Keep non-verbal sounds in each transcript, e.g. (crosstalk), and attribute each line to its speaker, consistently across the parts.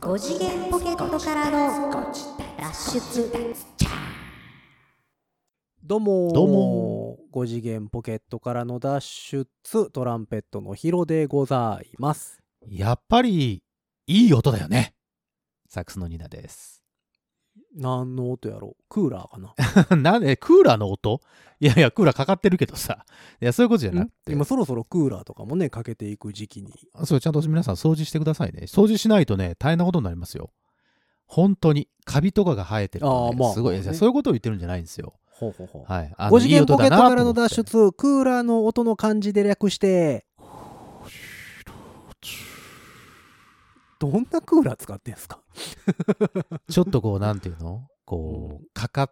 Speaker 1: 5次元ポケットからの脱出
Speaker 2: どうもー
Speaker 3: どうも
Speaker 2: 5次元ポケットからの脱出トランペットのヒロでございます
Speaker 3: やっぱり、いい音だよね。サックスのニナです。
Speaker 2: 何の音やろうクーラーかな
Speaker 3: (laughs) なんで、クーラーの音いやいや、クーラーかかってるけどさ。いや、そういうことじゃなくて。
Speaker 2: 今そろそろクーラーとかもねかけていく時期に
Speaker 3: そう、ちゃんと皆さん掃除してくださいね。掃除しないとね、大変なことになりますよ。本当に、カビとかが生えてる
Speaker 2: あ
Speaker 3: と、
Speaker 2: ー
Speaker 3: ね
Speaker 2: まあ
Speaker 3: すごい、
Speaker 2: まあね
Speaker 3: いやそういうことを言ってるんじゃないんですよ。
Speaker 2: ほうほうほう
Speaker 3: はい。あの
Speaker 2: 5次元ポケットからの脱。
Speaker 3: いい音だなと
Speaker 2: 出クーラーの音の漢字で略してどんなクーラー使ってんすか (laughs)
Speaker 3: 思ってちょっとこう、なんていうのこう、かかっ、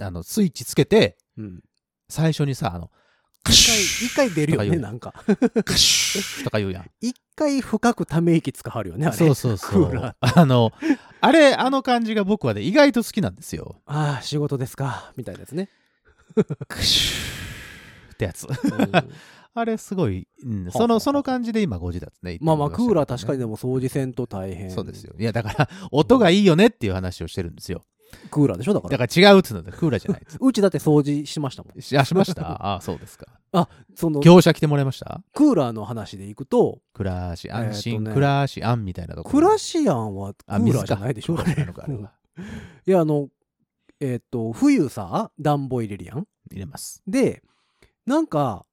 Speaker 3: あの、スイッチつけて、
Speaker 2: うん
Speaker 3: 最初にさ、あの、カ
Speaker 2: 一回
Speaker 3: シュ
Speaker 2: 一回出るよ
Speaker 3: とか
Speaker 2: ね
Speaker 3: 言う
Speaker 2: なんか
Speaker 3: ッカシュッとか言うやん。
Speaker 2: 一回深くため息つかはるよねあれ
Speaker 3: そうそう
Speaker 2: (laughs)
Speaker 3: そう。
Speaker 2: クーラ
Speaker 3: あの、あれ、あの感じが僕はね、意外と好きなんですよ。
Speaker 2: ああ仕事ですかみたいなやつね、
Speaker 3: クシューってやつ。
Speaker 2: う
Speaker 3: (laughs)
Speaker 2: ん
Speaker 3: あれ、すごい、うん、
Speaker 2: はあ
Speaker 3: そ
Speaker 2: はあ
Speaker 3: の、その感じで今5時だってね。
Speaker 2: まあまあクーラー確かに
Speaker 3: ね。
Speaker 2: でも掃除せんと大変
Speaker 3: そうですよ。いや、だから、音がいいよねっていう話をしてるんですよ。
Speaker 2: クーラーでしょだから
Speaker 3: だから違うっつうので、クーラーじゃないっつ
Speaker 2: うちだって掃除しましたもん
Speaker 3: う。し
Speaker 2: (laughs)
Speaker 3: あ、しましたああ、そうですか。
Speaker 2: その
Speaker 3: 業者来てもらいました
Speaker 2: クーラーの話でいくと
Speaker 3: クラーシ、安
Speaker 2: えー
Speaker 3: 心、
Speaker 2: とね
Speaker 3: クラーシ、安みたいなとこ
Speaker 2: ク
Speaker 3: ろ。
Speaker 2: ラシアンはク
Speaker 3: あ
Speaker 2: ーラ
Speaker 3: 水
Speaker 2: ー
Speaker 3: か
Speaker 2: じゃないでしょ
Speaker 3: クーラーじゃないのかあれは
Speaker 2: うん (laughs) いやあのえーっと冬さ暖房入れるやん
Speaker 3: 入れます。
Speaker 2: でなんか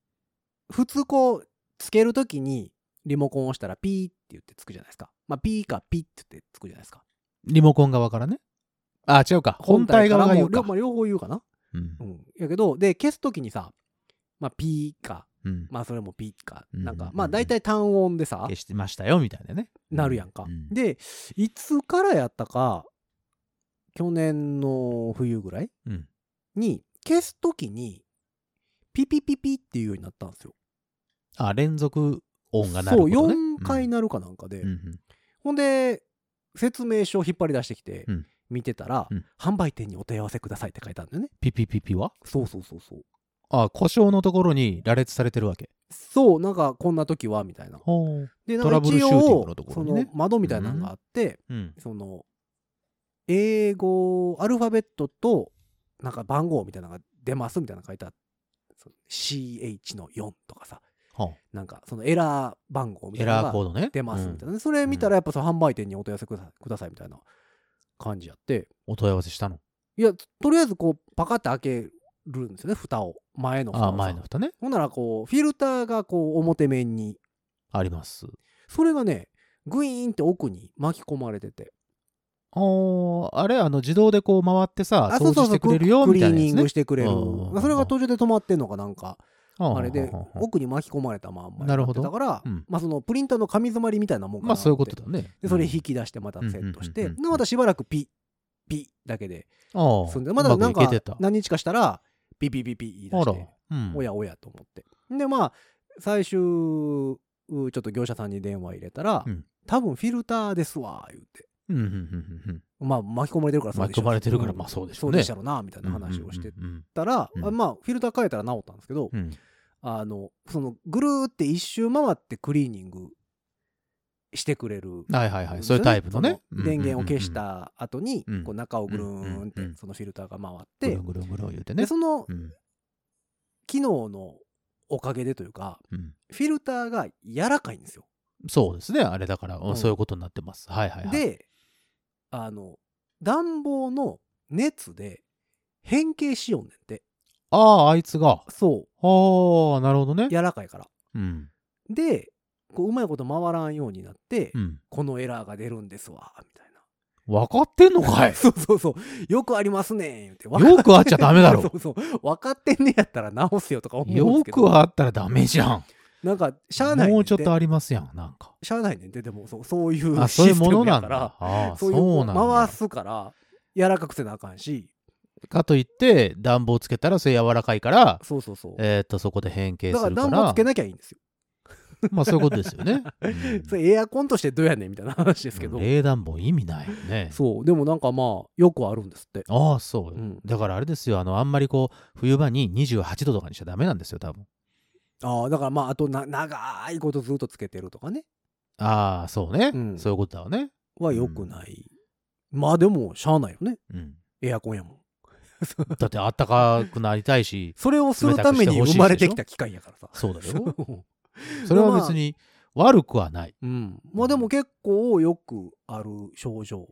Speaker 2: 普通こうつけるときにリモコン押したらピーって言ってつくじゃないですかまあピーかピーって言ってつくじゃないですか
Speaker 3: リモコン側からね。あ、違うか。本体側が
Speaker 2: 本体
Speaker 3: 言う
Speaker 2: から
Speaker 3: か
Speaker 2: も両。まあ両方言うかな
Speaker 3: うん
Speaker 2: う。んやけどで消すときにさまあピーか
Speaker 3: うん。
Speaker 2: まあそれもピッか、
Speaker 3: うん
Speaker 2: なんか、まあ大体単音でさ
Speaker 3: 消、してましたよみたいなね。
Speaker 2: なるやんか
Speaker 3: う。
Speaker 2: で、いつからやったか、去年の冬ぐらい
Speaker 3: うん
Speaker 2: に、消すときに、ピピピピっていうようになったんですよ。
Speaker 3: あ、連続音がなる
Speaker 2: そ
Speaker 3: こ
Speaker 2: う、
Speaker 3: と、ね。
Speaker 2: 4回なるかなんかで
Speaker 3: うん。う。ん
Speaker 2: ほんで、説明書を引っ張り出してきて
Speaker 3: うん、
Speaker 2: 見てたら
Speaker 3: うん、
Speaker 2: 販売店にお問い合わせくださいって書いてあるんだよね。
Speaker 3: ピピピピは
Speaker 2: そうそうそうそう。
Speaker 3: あ、故障のところに羅列されてるわけ。
Speaker 2: そう、なんかこんな時は、みたいな。
Speaker 3: ほう。
Speaker 2: で、なん
Speaker 3: ト
Speaker 2: か
Speaker 3: ラブル
Speaker 2: 一
Speaker 3: シューティン
Speaker 2: 応
Speaker 3: グのと、こ
Speaker 2: そ
Speaker 3: ろにね
Speaker 2: の窓みたいなのがあって、
Speaker 3: うん。
Speaker 2: その英語アルファベットとなんか番号みたいなのが出ますみたいなの書いてあってその CH の4とかさ
Speaker 3: は
Speaker 2: なんかそのエラー番号み
Speaker 3: エ
Speaker 2: たいな
Speaker 3: ラー
Speaker 2: の
Speaker 3: コ
Speaker 2: が
Speaker 3: ードね。
Speaker 2: 出ますみたい
Speaker 3: うん
Speaker 2: な、それ見たらやっぱその販売店にお問い合わせくださくださいみたいな感じやって
Speaker 3: お問い合わせしたの。
Speaker 2: いやとりあえずこうパカって開けるんですよね蓋を前の蓋
Speaker 3: あ、
Speaker 2: をさ
Speaker 3: 前の蓋ね。
Speaker 2: ほんならこうフィルターがこう表面に
Speaker 3: あります。
Speaker 2: それがねグイーンって奥に巻き込まれてて
Speaker 3: おあれ、あの、自動でこう回ってさ、
Speaker 2: あ
Speaker 3: 掃除してくれるよ
Speaker 2: クリ
Speaker 3: みた
Speaker 2: ー
Speaker 3: いなや
Speaker 2: ニ
Speaker 3: つ
Speaker 2: ン
Speaker 3: ね
Speaker 2: グし。てくれる
Speaker 3: うんうんうんうん
Speaker 2: まあそれが途中で止まってんのかなんかあれで
Speaker 3: はははは
Speaker 2: 奥に巻き込まれたまんま
Speaker 3: なるほど
Speaker 2: だから
Speaker 3: うん
Speaker 2: まあそのプリンターの紙詰まりみたいなもんかな
Speaker 3: まあ、そういうこと
Speaker 2: と
Speaker 3: だね。
Speaker 2: でそれ
Speaker 3: うん
Speaker 2: 引き出してまたセットし
Speaker 3: うん
Speaker 2: て
Speaker 3: うんうんうんうん
Speaker 2: でまたしばらくピッピッだけで
Speaker 3: あ
Speaker 2: 済んで
Speaker 3: あ、
Speaker 2: まだなん
Speaker 3: うま
Speaker 2: か
Speaker 3: くいけてた。
Speaker 2: 何日かしたらピピピピ言い出
Speaker 3: あ
Speaker 2: し
Speaker 3: ら
Speaker 2: て。
Speaker 3: うん。
Speaker 2: おやおやと思ってでまあ最終ちょっと業者さんに電話入れたら
Speaker 3: うん
Speaker 2: 多分フィルターですわ言うて
Speaker 3: うん。うんうんうんうん
Speaker 2: まあ巻き込まれてるからそうでしょ
Speaker 3: 巻き込まれてるから
Speaker 2: ん
Speaker 3: まあそうでし
Speaker 2: そ
Speaker 3: ょ
Speaker 2: う
Speaker 3: うね
Speaker 2: でしょうなみたい
Speaker 3: うん。
Speaker 2: な話をして
Speaker 3: うん
Speaker 2: ったら、
Speaker 3: うん
Speaker 2: あまあフィルター変えたら治ったんですけど、
Speaker 3: うんうん。
Speaker 2: あのそのぐるーって一周回ってクリーニングしてくれる、
Speaker 3: うんはいはいはい。そういうタイプのね。
Speaker 2: そ電源を消した後に、
Speaker 3: うん
Speaker 2: こう中をぐるーんっ
Speaker 3: うんうん
Speaker 2: てそのフィルターが回っ
Speaker 3: うんう
Speaker 2: て、
Speaker 3: んうん。ぐるんぐるんぐるん言うてね
Speaker 2: で。その
Speaker 3: うん。
Speaker 2: 機能のおかげでというか
Speaker 3: うん
Speaker 2: フィルターが柔らかいんですよ。
Speaker 3: そうですね。あれだから、うん
Speaker 2: うん
Speaker 3: そういうことになってます。はいはいはい。、
Speaker 2: であの暖房の熱で変形しよんねんって
Speaker 3: ああ、あいつが。あ
Speaker 2: そ
Speaker 3: あ、なるほどね
Speaker 2: う。柔らかいから。
Speaker 3: うん。
Speaker 2: でこううまいこと回らんようになって、
Speaker 3: うん。
Speaker 2: このエラーが出るんですわみたいな。
Speaker 3: 分かってんのかい
Speaker 2: そうそうそう。よくありますね言うて。わか
Speaker 3: よくあっちゃダ
Speaker 2: (laughs)
Speaker 3: メだろ
Speaker 2: そ。うそう。分かってんねやったら直すよとか思うんで
Speaker 3: よ
Speaker 2: すけど。
Speaker 3: くあったらダメじゃん。
Speaker 2: なんか、しゃあないねんて。
Speaker 3: もうちょっとありますやん、なんか。
Speaker 2: しゃあないねんて。でも、そうそういう
Speaker 3: あ、そうい
Speaker 2: シ
Speaker 3: う
Speaker 2: ス
Speaker 3: も
Speaker 2: テ
Speaker 3: の
Speaker 2: ム
Speaker 3: な
Speaker 2: や
Speaker 3: ん
Speaker 2: か
Speaker 3: だ。
Speaker 2: ら、
Speaker 3: ああ、
Speaker 2: そ
Speaker 3: そう
Speaker 2: いう
Speaker 3: うなんだ
Speaker 2: 回。すから、柔らかくせなあかんし、
Speaker 3: かといって、暖房つけたらそれ柔らかいから、
Speaker 2: そうそうそう。
Speaker 3: えーっと、そこで変形
Speaker 2: だか
Speaker 3: す
Speaker 2: ら
Speaker 3: るか
Speaker 2: 暖房
Speaker 3: ら
Speaker 2: つけ、なきゃいいんですよ。
Speaker 3: まあそういうことです
Speaker 2: (laughs)
Speaker 3: よね。うん
Speaker 2: それエアコンとしてどうやねんみたいな話ですけど。
Speaker 3: 冷暖房意味ないよね。
Speaker 2: そう。でもなんかまあ、よくあるんですって。
Speaker 3: ああ、そう
Speaker 2: う
Speaker 3: よ
Speaker 2: ん。
Speaker 3: だからあれですよ、あの、あんまりこう、冬場に28度とかにしちゃダメなんですよ、多分。
Speaker 2: ああ、だからまあ、あとな、長いことずっとつけてるとかね。
Speaker 3: ああ、そうね、
Speaker 2: うん
Speaker 3: そういうことだわね。
Speaker 2: は良くない。まあでも、しゃあないよね。
Speaker 3: うん、
Speaker 2: エアコンやもん。
Speaker 3: だってあったかくなりた
Speaker 2: (laughs)
Speaker 3: いし
Speaker 2: それをするために生まれてきた機械やからさ。
Speaker 3: そうだよ
Speaker 2: よ。
Speaker 3: それは別に悪くはない、
Speaker 2: うん。まあでも結構よくある症状。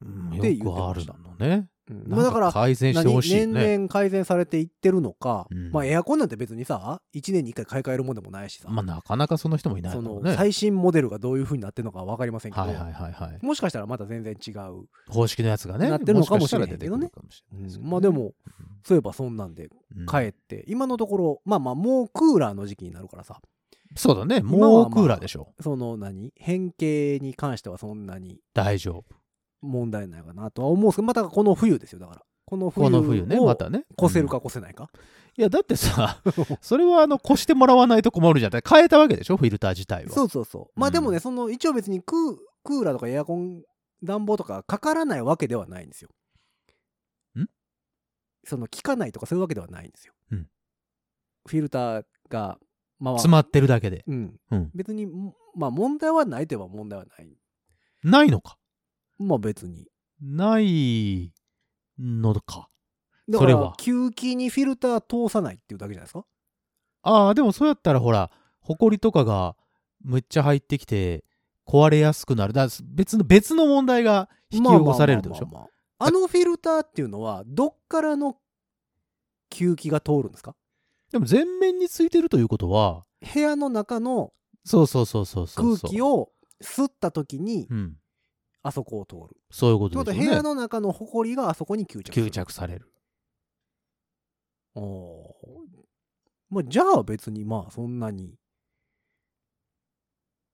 Speaker 3: うん、
Speaker 2: って
Speaker 3: よ
Speaker 2: 言って
Speaker 3: くあ
Speaker 2: ま
Speaker 3: る
Speaker 2: した
Speaker 3: のね
Speaker 2: うんま
Speaker 3: な
Speaker 2: あ
Speaker 3: ん
Speaker 2: だから
Speaker 3: か、改善してほしいね
Speaker 2: 何年々改善されていってるのか、
Speaker 3: うん
Speaker 2: まあエアコンなんて別にさ1年に1回買い替えるもんでもないしさ、
Speaker 3: まあなかなかその人もいない
Speaker 2: そ
Speaker 3: から
Speaker 2: の
Speaker 3: ね
Speaker 2: 最新モデルがどういう風になってるのか分かりませんけど、
Speaker 3: はいはいはいはい
Speaker 2: もしかしたらまだ全然違う、
Speaker 3: 方式のやつがね
Speaker 2: なってるのかもしれへ
Speaker 3: し
Speaker 2: ん
Speaker 3: か
Speaker 2: けど
Speaker 3: したら
Speaker 2: ね
Speaker 3: 出てくるかもし
Speaker 2: う
Speaker 3: れない
Speaker 2: ん
Speaker 3: すけどね
Speaker 2: まあでもそういえばそんなんで
Speaker 3: うん
Speaker 2: 帰って、今のところまあまあもうクーラーの時期になるからさ
Speaker 3: そうだね
Speaker 2: 今は
Speaker 3: も
Speaker 2: まあ
Speaker 3: うクーラーでしょ、
Speaker 2: その何変形に関してはそんなに
Speaker 3: 大丈夫
Speaker 2: 問題ないかなとは思うんですけどまたこの冬ですよだからこの冬
Speaker 3: この冬ね
Speaker 2: を
Speaker 3: またね
Speaker 2: 越せるか越せないか、
Speaker 3: いやだってさ
Speaker 2: (laughs)
Speaker 3: それはあの越してもらわないと困るじゃない変えたわけでしょフィルター自体は
Speaker 2: そうそうそうまあでもね、
Speaker 3: う
Speaker 2: その一応別にクークーラーとかエアコン暖房とかかからないわけではないんですよ
Speaker 3: ん
Speaker 2: その効かないとかそういうわけではないんですよ、
Speaker 3: うん
Speaker 2: フィルターがまあ
Speaker 3: 詰まってるだけで
Speaker 2: うん、
Speaker 3: うん
Speaker 2: 別にまあ問題はないといえば問題はない
Speaker 3: ないのか
Speaker 2: まあ別に
Speaker 3: ないのか
Speaker 2: だか
Speaker 3: それ
Speaker 2: ら
Speaker 3: は
Speaker 2: 吸気にフィルター通さないっていうだけじゃないですか
Speaker 3: ああでもそうやったらほらほこりとかがむっちゃ入ってきて壊れやすくなるだから別の別の問題が引き起こされるってことでしょ
Speaker 2: まあまあまあまああのフィルターっていうのはどっからの吸気が通るんですか
Speaker 3: でも全面についてるということは
Speaker 2: 部屋の中の
Speaker 3: そうそうそうそうそう
Speaker 2: 空
Speaker 3: そう
Speaker 2: 気を吸った時に
Speaker 3: うん、
Speaker 2: あそこを通る。
Speaker 3: そういうこと
Speaker 2: いうこ
Speaker 3: と
Speaker 2: と
Speaker 3: で
Speaker 2: は
Speaker 3: す
Speaker 2: 部
Speaker 3: よね
Speaker 2: 屋の中の埃があそこに吸着する。
Speaker 3: 吸着される
Speaker 2: おーまあ、じゃあ別にまあそんなに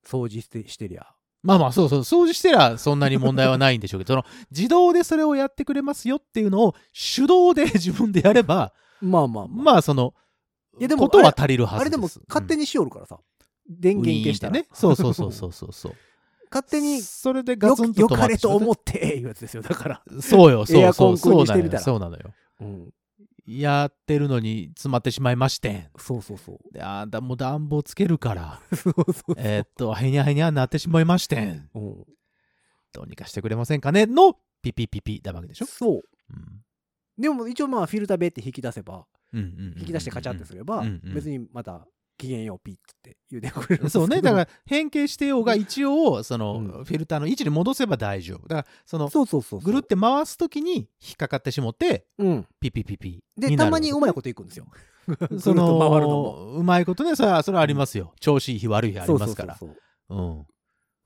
Speaker 2: 掃除してしてりゃ。
Speaker 3: まあまあそうそう掃除してりゃそんなに問題はないんでしょうけどその自動でそれをやってくれますよっていうのを手動で自分でやれば
Speaker 2: まあまあまあ。
Speaker 3: まあその
Speaker 2: いやでも
Speaker 3: ことは足りるは
Speaker 2: あ
Speaker 3: ず
Speaker 2: れ
Speaker 3: です
Speaker 2: でも勝手
Speaker 3: に
Speaker 2: にしよるからさ。電源消したら。
Speaker 3: ねそうそうそうそうそうそう
Speaker 2: (laughs) 勝手に
Speaker 3: それでガ
Speaker 2: よ
Speaker 3: ツンと
Speaker 2: よ
Speaker 3: 止ま
Speaker 2: か
Speaker 3: って
Speaker 2: れ
Speaker 3: し
Speaker 2: と
Speaker 3: まって
Speaker 2: 思っていうやつですよ。だから。
Speaker 3: そうよ、
Speaker 2: エ
Speaker 3: そ
Speaker 2: アコ
Speaker 3: うそ
Speaker 2: ン君
Speaker 3: う、そ
Speaker 2: に
Speaker 3: う
Speaker 2: し
Speaker 3: な
Speaker 2: て
Speaker 3: の
Speaker 2: みた
Speaker 3: よ、
Speaker 2: ら
Speaker 3: そうなのよ。
Speaker 2: うん。
Speaker 3: やってるのに詰まってしまいましてん。
Speaker 2: そうそう
Speaker 3: (laughs)
Speaker 2: そう。
Speaker 3: であんたもう暖房つけ
Speaker 2: (laughs)
Speaker 3: るから、
Speaker 2: そうそう。
Speaker 3: えーっと、へにゃへにゃになってしまいましてん。
Speaker 2: うん、
Speaker 3: どうにかしてくれませんかねの、ピピピピだわけでしょ。
Speaker 2: そう。
Speaker 3: うん
Speaker 2: でも一応まあフィルターベって引き出せば。
Speaker 3: うんうんうんうん
Speaker 2: 引き出してカチャってすれば、
Speaker 3: うんうん
Speaker 2: 別にまた機嫌ようピッつって言うてくれるんですけ
Speaker 3: (laughs) そ
Speaker 2: ど (laughs)
Speaker 3: うね、だから変形してようが一応、その、
Speaker 2: うん
Speaker 3: フィルターの位置に戻せば大丈夫。だから、その、
Speaker 2: そうそうそうそう
Speaker 3: ぐるって回すときに引っかかってしもって、
Speaker 2: うん
Speaker 3: ピピピピ
Speaker 2: でたまにうまい
Speaker 3: こ
Speaker 2: こといくんです
Speaker 3: (laughs)
Speaker 2: よ
Speaker 3: と
Speaker 2: その回るのも
Speaker 3: うまいことね、それは、それはありますよ。調子いい日悪い日ありますから。
Speaker 2: そうそう
Speaker 3: うん。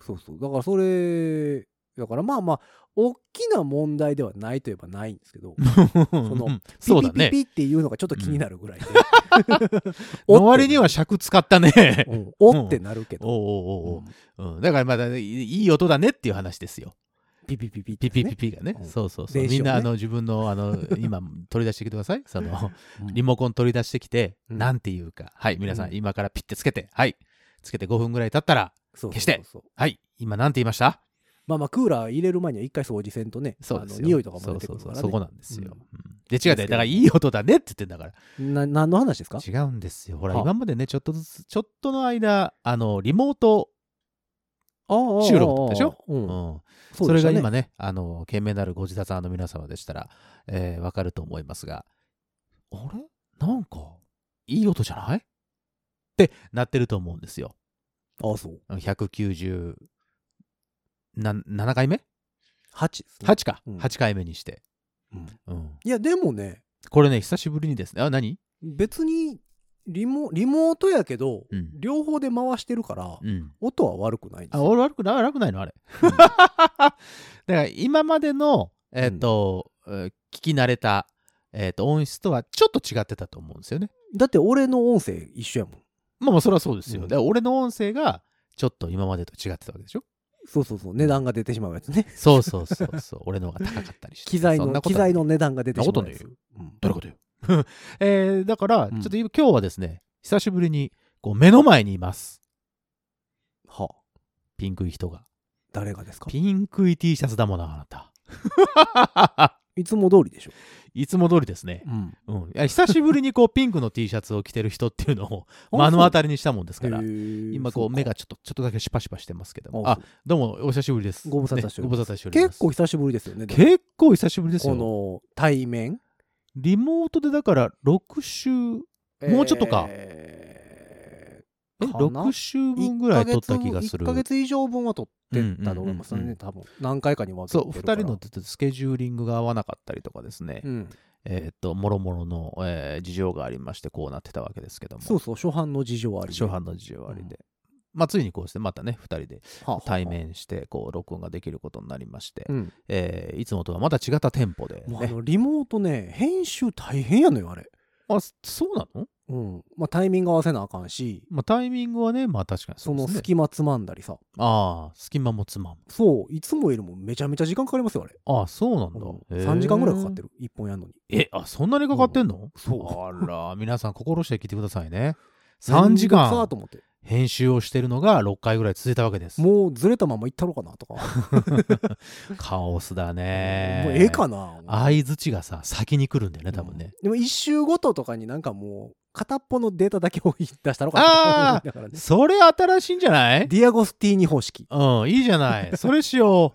Speaker 2: そうそうそうだからそれだからまあまあ大きな問題ではないといえばないんですけどの
Speaker 3: うん (laughs) そうだね
Speaker 2: ピ。ピピピっていうのがちょっと気になるぐらいで、
Speaker 3: (laughs) の割には尺使っ
Speaker 2: (laughs)
Speaker 3: たね。
Speaker 2: うんおってなるけど、
Speaker 3: (laughs) おうおう
Speaker 2: う
Speaker 3: おう
Speaker 2: ん
Speaker 3: おう、うんだからまだねいい音だねっていう話ですよ。
Speaker 2: ピピピピって
Speaker 3: ピ
Speaker 2: ね
Speaker 3: ピピピがね。
Speaker 2: うん
Speaker 3: そうそうそう。
Speaker 2: 電子音ね
Speaker 3: みんなあの自分の
Speaker 2: (laughs)
Speaker 3: あの今取り出してきてください。その
Speaker 2: うん
Speaker 3: リモコン取り出してきて、
Speaker 2: うん
Speaker 3: なんていうか。はい、皆さ
Speaker 2: うん
Speaker 3: ん今からピッてつけて、はい、つけて5分ぐらい経ったら、
Speaker 2: そうそうそう
Speaker 3: 消してはい、今なんて言いました
Speaker 2: まあまあクーラー入れる前には一回掃除せんとね
Speaker 3: そうです
Speaker 2: あ
Speaker 3: よ。
Speaker 2: の匂いとかも出てくるから、ね、
Speaker 3: そうそうそうそこなんですよ。
Speaker 2: う
Speaker 3: うん
Speaker 2: で
Speaker 3: で違う
Speaker 2: すけど
Speaker 3: ね。だからいい音だねって言ってんだから。
Speaker 2: な何の話ですか
Speaker 3: 違うんですよ。ほら、
Speaker 2: はあ
Speaker 3: 今までね、ちょっとずつ、ちょっとの間、あの、リモート、
Speaker 2: 収
Speaker 3: 収録だったでしょ、
Speaker 2: う
Speaker 3: うんん、
Speaker 2: う
Speaker 3: そ
Speaker 2: で
Speaker 3: れ
Speaker 2: した
Speaker 3: が
Speaker 2: ね
Speaker 3: 今ね、あの、懸命なるご自殺の皆様でしたら、えーわかると思いますが、あれなんか、いい音じゃないってなってると思うんですよ。
Speaker 2: ああそう
Speaker 3: 197回目
Speaker 2: 8ですね
Speaker 3: ?8 か、
Speaker 2: うん
Speaker 3: 8回目にして、
Speaker 2: うん
Speaker 3: うん。
Speaker 2: いやでもね
Speaker 3: これね、久しぶりにですね、あ、何
Speaker 2: 別にリモリモートやけど、
Speaker 3: うん
Speaker 2: 両方で回してるから、
Speaker 3: うん。
Speaker 2: 音は悪くないんです
Speaker 3: あ、
Speaker 2: よ
Speaker 3: 俺悪くない、悪くないのあれ。 (laughs) だから今までの、えっ、と、えー聞き慣れた、えっ、と、音質とはちょっと違ってたと思うんですよね。
Speaker 2: だって俺の音声一緒やもん
Speaker 3: まあまあ、それはそうですよ。
Speaker 2: うん
Speaker 3: で俺の音声が、ちょっと今までと違ってたわけでしょ
Speaker 2: そうそうそう値段が出てしまうやつね
Speaker 3: そうそうそう (laughs) そう。俺の方が高かったりして。
Speaker 2: 機材
Speaker 3: そん
Speaker 2: の
Speaker 3: なこ
Speaker 2: 機
Speaker 3: とは
Speaker 2: 材の値段が出てしま
Speaker 3: そん
Speaker 2: う
Speaker 3: な
Speaker 2: や
Speaker 3: こ
Speaker 2: つ
Speaker 3: と
Speaker 2: うん
Speaker 3: どういうことよ。 (laughs) えーだから、ち
Speaker 2: う
Speaker 3: ょ
Speaker 2: ん
Speaker 3: っと今今日はですね、久しぶりに、こう、目の前にいます。
Speaker 2: はあ
Speaker 3: ピンクい人が。
Speaker 2: 誰がですか
Speaker 3: ピンクい T シャツだもんな、あなた。
Speaker 2: いつも通りでしょ
Speaker 3: いつも通りですね。
Speaker 2: うん。
Speaker 3: うん。いや久しぶりにこう、ピンクの T シャツを着てる人っていうの (laughs) を目の当たりにしたもんですから
Speaker 2: へ。ー
Speaker 3: 今こう目がちょっとちょっとだけシパシパしてますけどもあどうもお久しぶりです
Speaker 2: ご無沙汰しております
Speaker 3: ねご無沙汰しております
Speaker 2: 結構久しぶりですよね。でも
Speaker 3: 結構久しぶりですよ
Speaker 2: この対面。
Speaker 3: リモートでだから6週 (laughs) もうちょっとか
Speaker 2: え
Speaker 3: え
Speaker 2: かな
Speaker 3: 6週分ぐらい撮った気がする
Speaker 2: 1ヶ月以上分は撮ってたと思います
Speaker 3: うんうんうんう
Speaker 2: ね、
Speaker 3: ん
Speaker 2: 多分。何回かに分けて
Speaker 3: そ
Speaker 2: る
Speaker 3: う
Speaker 2: か
Speaker 3: 2
Speaker 2: ら。
Speaker 3: 人のちょっとスケジューリングが合わなかったりとかですね、
Speaker 2: うん。
Speaker 3: えーっともろもろの、えー事情がありましてこうなってたわけですけども
Speaker 2: そうそう、初版の事情はありね。
Speaker 3: 初版の事情はありで、まあついにこうしてまたね2人で
Speaker 2: はあはあ
Speaker 3: 対。面してこう録音ができることになりまして、
Speaker 2: うん。
Speaker 3: えーいつもとはまた違ったテンポで、
Speaker 2: もうあ
Speaker 3: ね、
Speaker 2: の、リモートね、編集大変やのよ、あれ。
Speaker 3: あそうなの、
Speaker 2: うん。まあ、タイミング合わせなあかんし、
Speaker 3: まあ、タイミングはねまあ確かに
Speaker 2: そう
Speaker 3: で
Speaker 2: の
Speaker 3: すね
Speaker 2: 隙間つまんだりさ。
Speaker 3: ああ、隙間もつまむ。
Speaker 2: そう、いつもよりもめちゃめちゃ時間かかりますよ、あれ。
Speaker 3: ああ、そうなんだ。へえ
Speaker 2: 3時間ぐらいかかってる、1本やんのに。
Speaker 3: え、あ、そんなにかかってんの、
Speaker 2: そう
Speaker 3: あら、皆さん心して聞いてください
Speaker 2: (laughs)
Speaker 3: ね。3時間
Speaker 2: さあと思って。
Speaker 3: 編集をしてるのが6回ぐらい続いたわけです。
Speaker 2: もうずれたまま行ったろかなとか。
Speaker 3: カオスだね。
Speaker 2: もうええかな。
Speaker 3: 相づちがさ、先に来るんだよね、多分ね。
Speaker 2: うんでも一周ごととかになんかもう片っぽのデータだけを出したのか
Speaker 3: あ
Speaker 2: な
Speaker 3: ー
Speaker 2: だからね
Speaker 3: それ新しいんじゃない
Speaker 2: ディアゴスティーニ方式
Speaker 3: うん、いいじ
Speaker 2: (laughs)
Speaker 3: ゃない。それしよ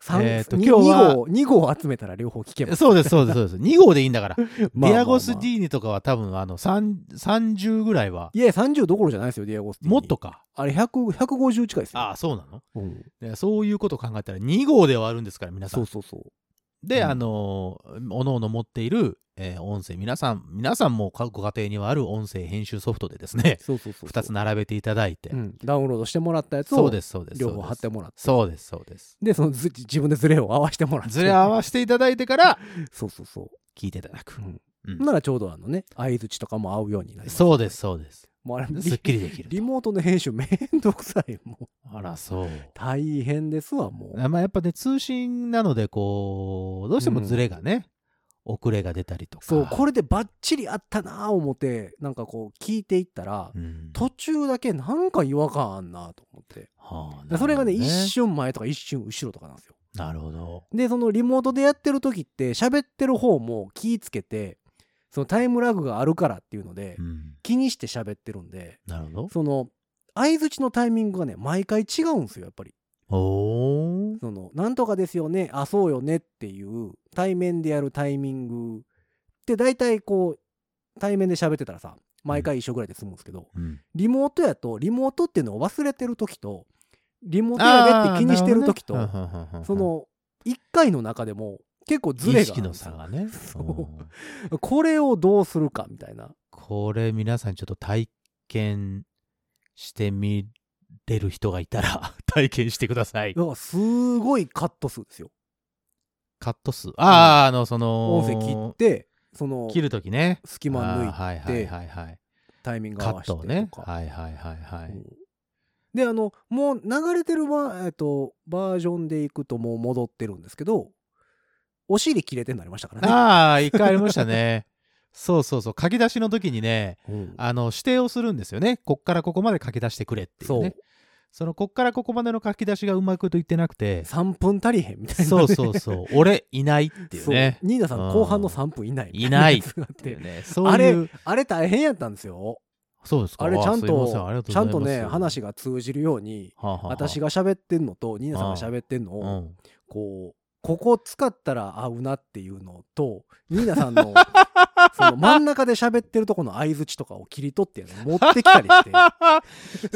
Speaker 2: 三
Speaker 3: えーと
Speaker 2: に
Speaker 3: 今日は
Speaker 2: 2号2号を集めたら両方聞けま
Speaker 3: う。
Speaker 2: す
Speaker 3: そうです、そうです、そうです。2号でいいんだから。
Speaker 2: (laughs) まあまあまあ、
Speaker 3: ディアゴス・ディーニとかは多分、あの、3 30ぐらいはい
Speaker 2: やいや30どころじゃないですよディアゴスティーニ
Speaker 3: もっとか。
Speaker 2: あれ100 150近いですよ
Speaker 3: ああ、そうなの
Speaker 2: うん
Speaker 3: ねそういうことを考えたら2号で終わるんですから皆さ
Speaker 2: そ
Speaker 3: ん
Speaker 2: う。そうそう
Speaker 3: で、
Speaker 2: うん
Speaker 3: あのー、おのおの持っている、えー音声皆さん皆さんもかご家庭にはある音声編集ソフトでですね
Speaker 2: そうそうそう
Speaker 3: 2つ並べていただいて、
Speaker 2: うんダウンロードしてもらったやつ
Speaker 3: そう
Speaker 2: を
Speaker 3: ですそうです
Speaker 2: 両方貼ってもらって
Speaker 3: そうですそうです
Speaker 2: でそのず自分でズレを合わせてもらって
Speaker 3: ずれ合わせていただいてから
Speaker 2: そうそうそ
Speaker 3: 聞いていただく
Speaker 2: う、う、ん
Speaker 3: うん
Speaker 2: ならちょうどあのね相づちとかも合うようになります
Speaker 3: そうですそうです
Speaker 2: もうあれ
Speaker 3: すっ
Speaker 2: リ
Speaker 3: きりでき
Speaker 2: リ
Speaker 3: る
Speaker 2: モートの編集めんどくさいもう
Speaker 3: あらそう
Speaker 2: 大変ですわもう
Speaker 3: まあやっぱね通信なのでこうどうしてもずれがね、遅れが出たりとか
Speaker 2: そうこれでバッチリあったなあ思ってなんかこう聞いていったら、
Speaker 3: うん
Speaker 2: 途中だけなんか違和感あんなと思って
Speaker 3: はあ
Speaker 2: それがね
Speaker 3: なるほど
Speaker 2: 一瞬前とか一瞬後ろとかなんですよ
Speaker 3: なるほど
Speaker 2: でそのリモートでやってる時って喋ってる方も気ぃつけてそのタイムラグがあるからっていうので、
Speaker 3: うん
Speaker 2: 気にして喋ってるんで
Speaker 3: なるほ
Speaker 2: その相づちのタイミングがね毎回違うんですよやっぱり
Speaker 3: ど。おー
Speaker 2: そのなんとかですよねあそうよねっていう対面でやるタイミングって大体こう対面で喋ってたらさ毎回一緒ぐらいで済むんですけど、
Speaker 3: うん
Speaker 2: リモートやとリモートっていうのを忘れてる時とリモートやでって気にしてる時と、
Speaker 3: あーなるほどねうんうんうんうん
Speaker 2: その1回の中でも結構ズレが
Speaker 3: 意識の差がね。
Speaker 2: そう
Speaker 3: うん
Speaker 2: これをどうするかみたいな
Speaker 3: これ皆さんちょっと体験してみれる人がいたら (laughs) 体験してください
Speaker 2: い。やすごいカット数ですよ
Speaker 3: カット数。ああ、あの、その、
Speaker 2: 音声切ってその
Speaker 3: 切るときね。
Speaker 2: 隙間抜い
Speaker 3: あーはい
Speaker 2: て
Speaker 3: はいはいはい。
Speaker 2: タイミング
Speaker 3: カ
Speaker 2: 合わせ
Speaker 3: ット
Speaker 2: て
Speaker 3: を
Speaker 2: と
Speaker 3: ね。
Speaker 2: か、
Speaker 3: はいはいはいはい。
Speaker 2: であのもう流れてるバ,、えっとバージョンでいくともう戻ってるんですけどお尻切れてになりましたからね。
Speaker 3: ああ、一回ありましたね。 (laughs) そうそうそう。書き出しの時にね、
Speaker 2: うん
Speaker 3: あの、指定をするんですよね。こっからここまで書き出してくれっていう
Speaker 2: そう
Speaker 3: ね。そのこっからここまでの書き出しがうまくと言ってなく
Speaker 2: (laughs)
Speaker 3: て
Speaker 2: 3分足りへんみたいなね、
Speaker 3: そうそうそう (laughs) 俺いないっていうね
Speaker 2: そうニーナさん
Speaker 3: うん
Speaker 2: 後半の3分いない
Speaker 3: いない
Speaker 2: やつがあっ
Speaker 3: ってい
Speaker 2: て
Speaker 3: うねそう
Speaker 2: あ
Speaker 3: いう
Speaker 2: れあれ大変やったんですよ
Speaker 3: そうですか
Speaker 2: あれちゃん
Speaker 3: すいませありが
Speaker 2: と
Speaker 3: うご
Speaker 2: ち
Speaker 3: ざ
Speaker 2: ゃ
Speaker 3: い
Speaker 2: ん
Speaker 3: ます
Speaker 2: とね話が通じるように
Speaker 3: はあはあはあ
Speaker 2: 私が喋ってんのとニーナさんが喋ってんの
Speaker 3: う
Speaker 2: を
Speaker 3: ん (laughs)
Speaker 2: こうここ使ったら合うなっていうのとニーナさん
Speaker 3: (laughs)
Speaker 2: のその真ん中で喋ってるとこの相づちとかを切り取って持ってきたり
Speaker 3: (laughs)
Speaker 2: して、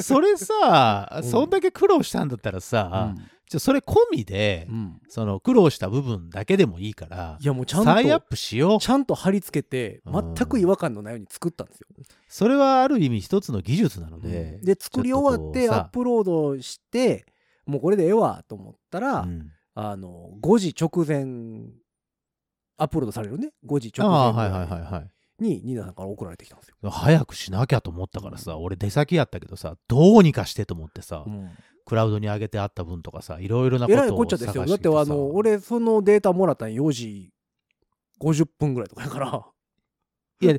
Speaker 3: それさ
Speaker 2: うん
Speaker 3: そんだけ苦労したんだったらさちょそれ込みで
Speaker 2: うんうん
Speaker 3: その苦労した部分だけでもいいから
Speaker 2: いやもうちゃん
Speaker 3: 再アッ
Speaker 2: と
Speaker 3: プしよう
Speaker 2: ちゃんと貼り付けて全く違和感のないように作ったんですよ
Speaker 3: それはある意味一つの技術なので
Speaker 2: で作り終わっ
Speaker 3: ち
Speaker 2: て
Speaker 3: ょと
Speaker 2: ア
Speaker 3: こ
Speaker 2: ッ
Speaker 3: う
Speaker 2: プロードしてもうこれでええわと思ったら、
Speaker 3: さうん
Speaker 2: あの5時直前アップロードされるね5時直
Speaker 3: ああ
Speaker 2: 前
Speaker 3: はい
Speaker 2: ぐ
Speaker 3: はいは
Speaker 2: ら
Speaker 3: い
Speaker 2: い
Speaker 3: はい
Speaker 2: にニーナさんから送られてきたんですよ、
Speaker 3: 早くしなきゃと思ったからさ俺出先やったけどさどうにかしてと思ってさ、クラウドに上げてあった分とかさいろいろなこ
Speaker 2: え
Speaker 3: とを
Speaker 2: らい
Speaker 3: 探
Speaker 2: こっ
Speaker 3: し
Speaker 2: ちゃ
Speaker 3: て
Speaker 2: で
Speaker 3: きて
Speaker 2: す
Speaker 3: さ
Speaker 2: よだってあの俺そのデータもらったん4時50分ぐらいとかやから (laughs)
Speaker 3: いや、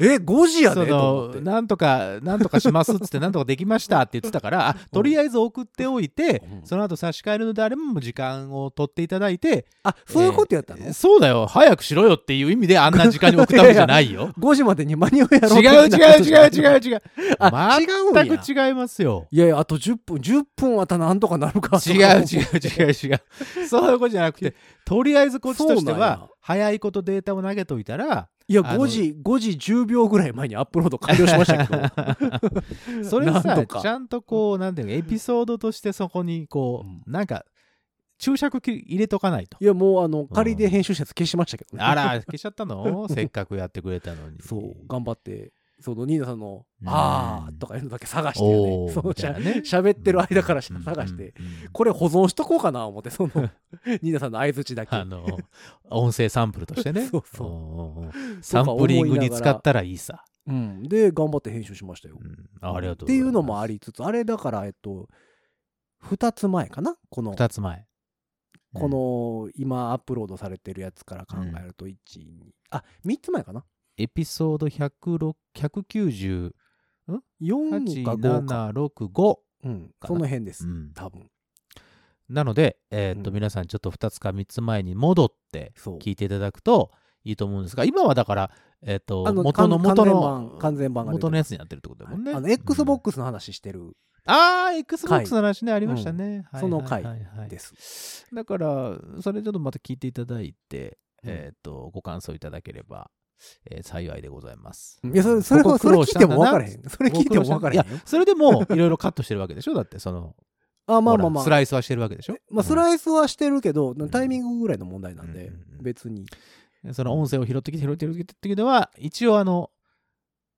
Speaker 2: え、5時や
Speaker 3: そ
Speaker 2: でと思っ
Speaker 3: の
Speaker 2: て。
Speaker 3: なんとかなんとかしますっつってなんとかできましたって言ってたからあとりあえず送っておいて、
Speaker 2: うん
Speaker 3: その後差し替えるのであればもう時間を取っていただいて
Speaker 2: あ、そういうことやったの、
Speaker 3: そうだよ早くしろよっていう意味であんな時間に送ったわけじゃないよ
Speaker 2: ?5 時までに間に (laughs) 合うやろ
Speaker 3: 違う違う違
Speaker 2: う。
Speaker 3: う違う違う
Speaker 2: (laughs) あ、違うんや。
Speaker 3: 全く違いますよ
Speaker 2: いやいや、あと10分、10分はたなんとかなるか。
Speaker 3: (laughs) 違う違う違う
Speaker 2: (laughs)
Speaker 3: 違うそういうことじゃなくてとりあえずこっちとして
Speaker 2: そうなんや
Speaker 3: は早いことデータを投げといたら
Speaker 2: いや、
Speaker 3: あの
Speaker 2: 5時、5時10秒ぐらい前にアップロード完了しました
Speaker 3: (laughs)
Speaker 2: けど。
Speaker 3: それを
Speaker 2: なん
Speaker 3: さ
Speaker 2: とか
Speaker 3: ちゃんとこうなんていうのエピソードとしてそこにこう、なんか注釈き入れとかないと
Speaker 2: いや、もう、あの、仮で編集者やつ消しましたけどね。
Speaker 3: あら消しちゃっ
Speaker 2: (laughs)
Speaker 3: たのせっかくやってくれたのに
Speaker 2: そう、頑張って、その、ニーナさんの、
Speaker 3: うん
Speaker 2: あーとかいうのだけ探して
Speaker 3: お
Speaker 2: ね、
Speaker 3: ー
Speaker 2: そう
Speaker 3: みたいなね
Speaker 2: しゃ喋ってる間からし
Speaker 3: うん
Speaker 2: 探して、
Speaker 3: うんうん
Speaker 2: これ保存しとこうかな思って、
Speaker 3: (laughs)
Speaker 2: その、ニーナさんの相づちだけ
Speaker 3: あ。の音声サンプルとしてね
Speaker 2: (laughs) そうそうん
Speaker 3: うんうんサンプリングに使ったらいいさ、
Speaker 2: うん。で、頑張って編集しましたよ
Speaker 3: う。ん、ありがとうござます
Speaker 2: っていうのもありつつ、あれだから、えっと、2つ前かなこの、
Speaker 3: 2つ前
Speaker 2: この、今アップロードされてるやつから考えると、1、2、あ、3つ前かな
Speaker 3: エピソード106 190
Speaker 2: ?4 か5か。
Speaker 3: 8765、
Speaker 2: うん。
Speaker 3: かな
Speaker 2: その辺で
Speaker 3: う
Speaker 2: す。
Speaker 3: ん、
Speaker 2: 多分。
Speaker 3: なので、えーっと
Speaker 2: うん
Speaker 3: 皆さんちょっと2つか3つ前に戻って
Speaker 2: そう。
Speaker 3: 聞いていただくといいと思うんですが今はだから、えーっと
Speaker 2: あの
Speaker 3: 元の
Speaker 2: 完
Speaker 3: 元
Speaker 2: 完全版
Speaker 3: の
Speaker 2: 完全版が出て
Speaker 3: 元のやつになってるってことだ
Speaker 2: は
Speaker 3: もんね、
Speaker 2: いあの、
Speaker 3: うん
Speaker 2: XBOX の話してる
Speaker 3: あー XBOX の話ねありましたね、
Speaker 2: うんその回
Speaker 3: はいはいはい
Speaker 2: です。
Speaker 3: だからそれちょっとまた聞いていただいて、
Speaker 2: うん
Speaker 3: えーっとご感想いただければ、えー幸いでございます
Speaker 2: いや、それ、それ
Speaker 3: ここ
Speaker 2: は、そ
Speaker 3: 苦
Speaker 2: れ
Speaker 3: 労
Speaker 2: 聞い
Speaker 3: した
Speaker 2: て
Speaker 3: んだ
Speaker 2: も
Speaker 3: な
Speaker 2: 分からへん。それ聞いても分からへん
Speaker 3: いや
Speaker 2: よ。
Speaker 3: それでもいろいろカットしてるわけでしょだってその
Speaker 2: あ、まあ
Speaker 3: ほら
Speaker 2: まあまあ。
Speaker 3: スライスはしてるわけでしょ
Speaker 2: まあ、ス
Speaker 3: イ
Speaker 2: ライスはしてるけど、タイミングぐらいの問題なん
Speaker 3: う
Speaker 2: で
Speaker 3: んうんう、ん
Speaker 2: 別に。
Speaker 3: スその音声を拾ってきて拾ってきてっていうのは一応あの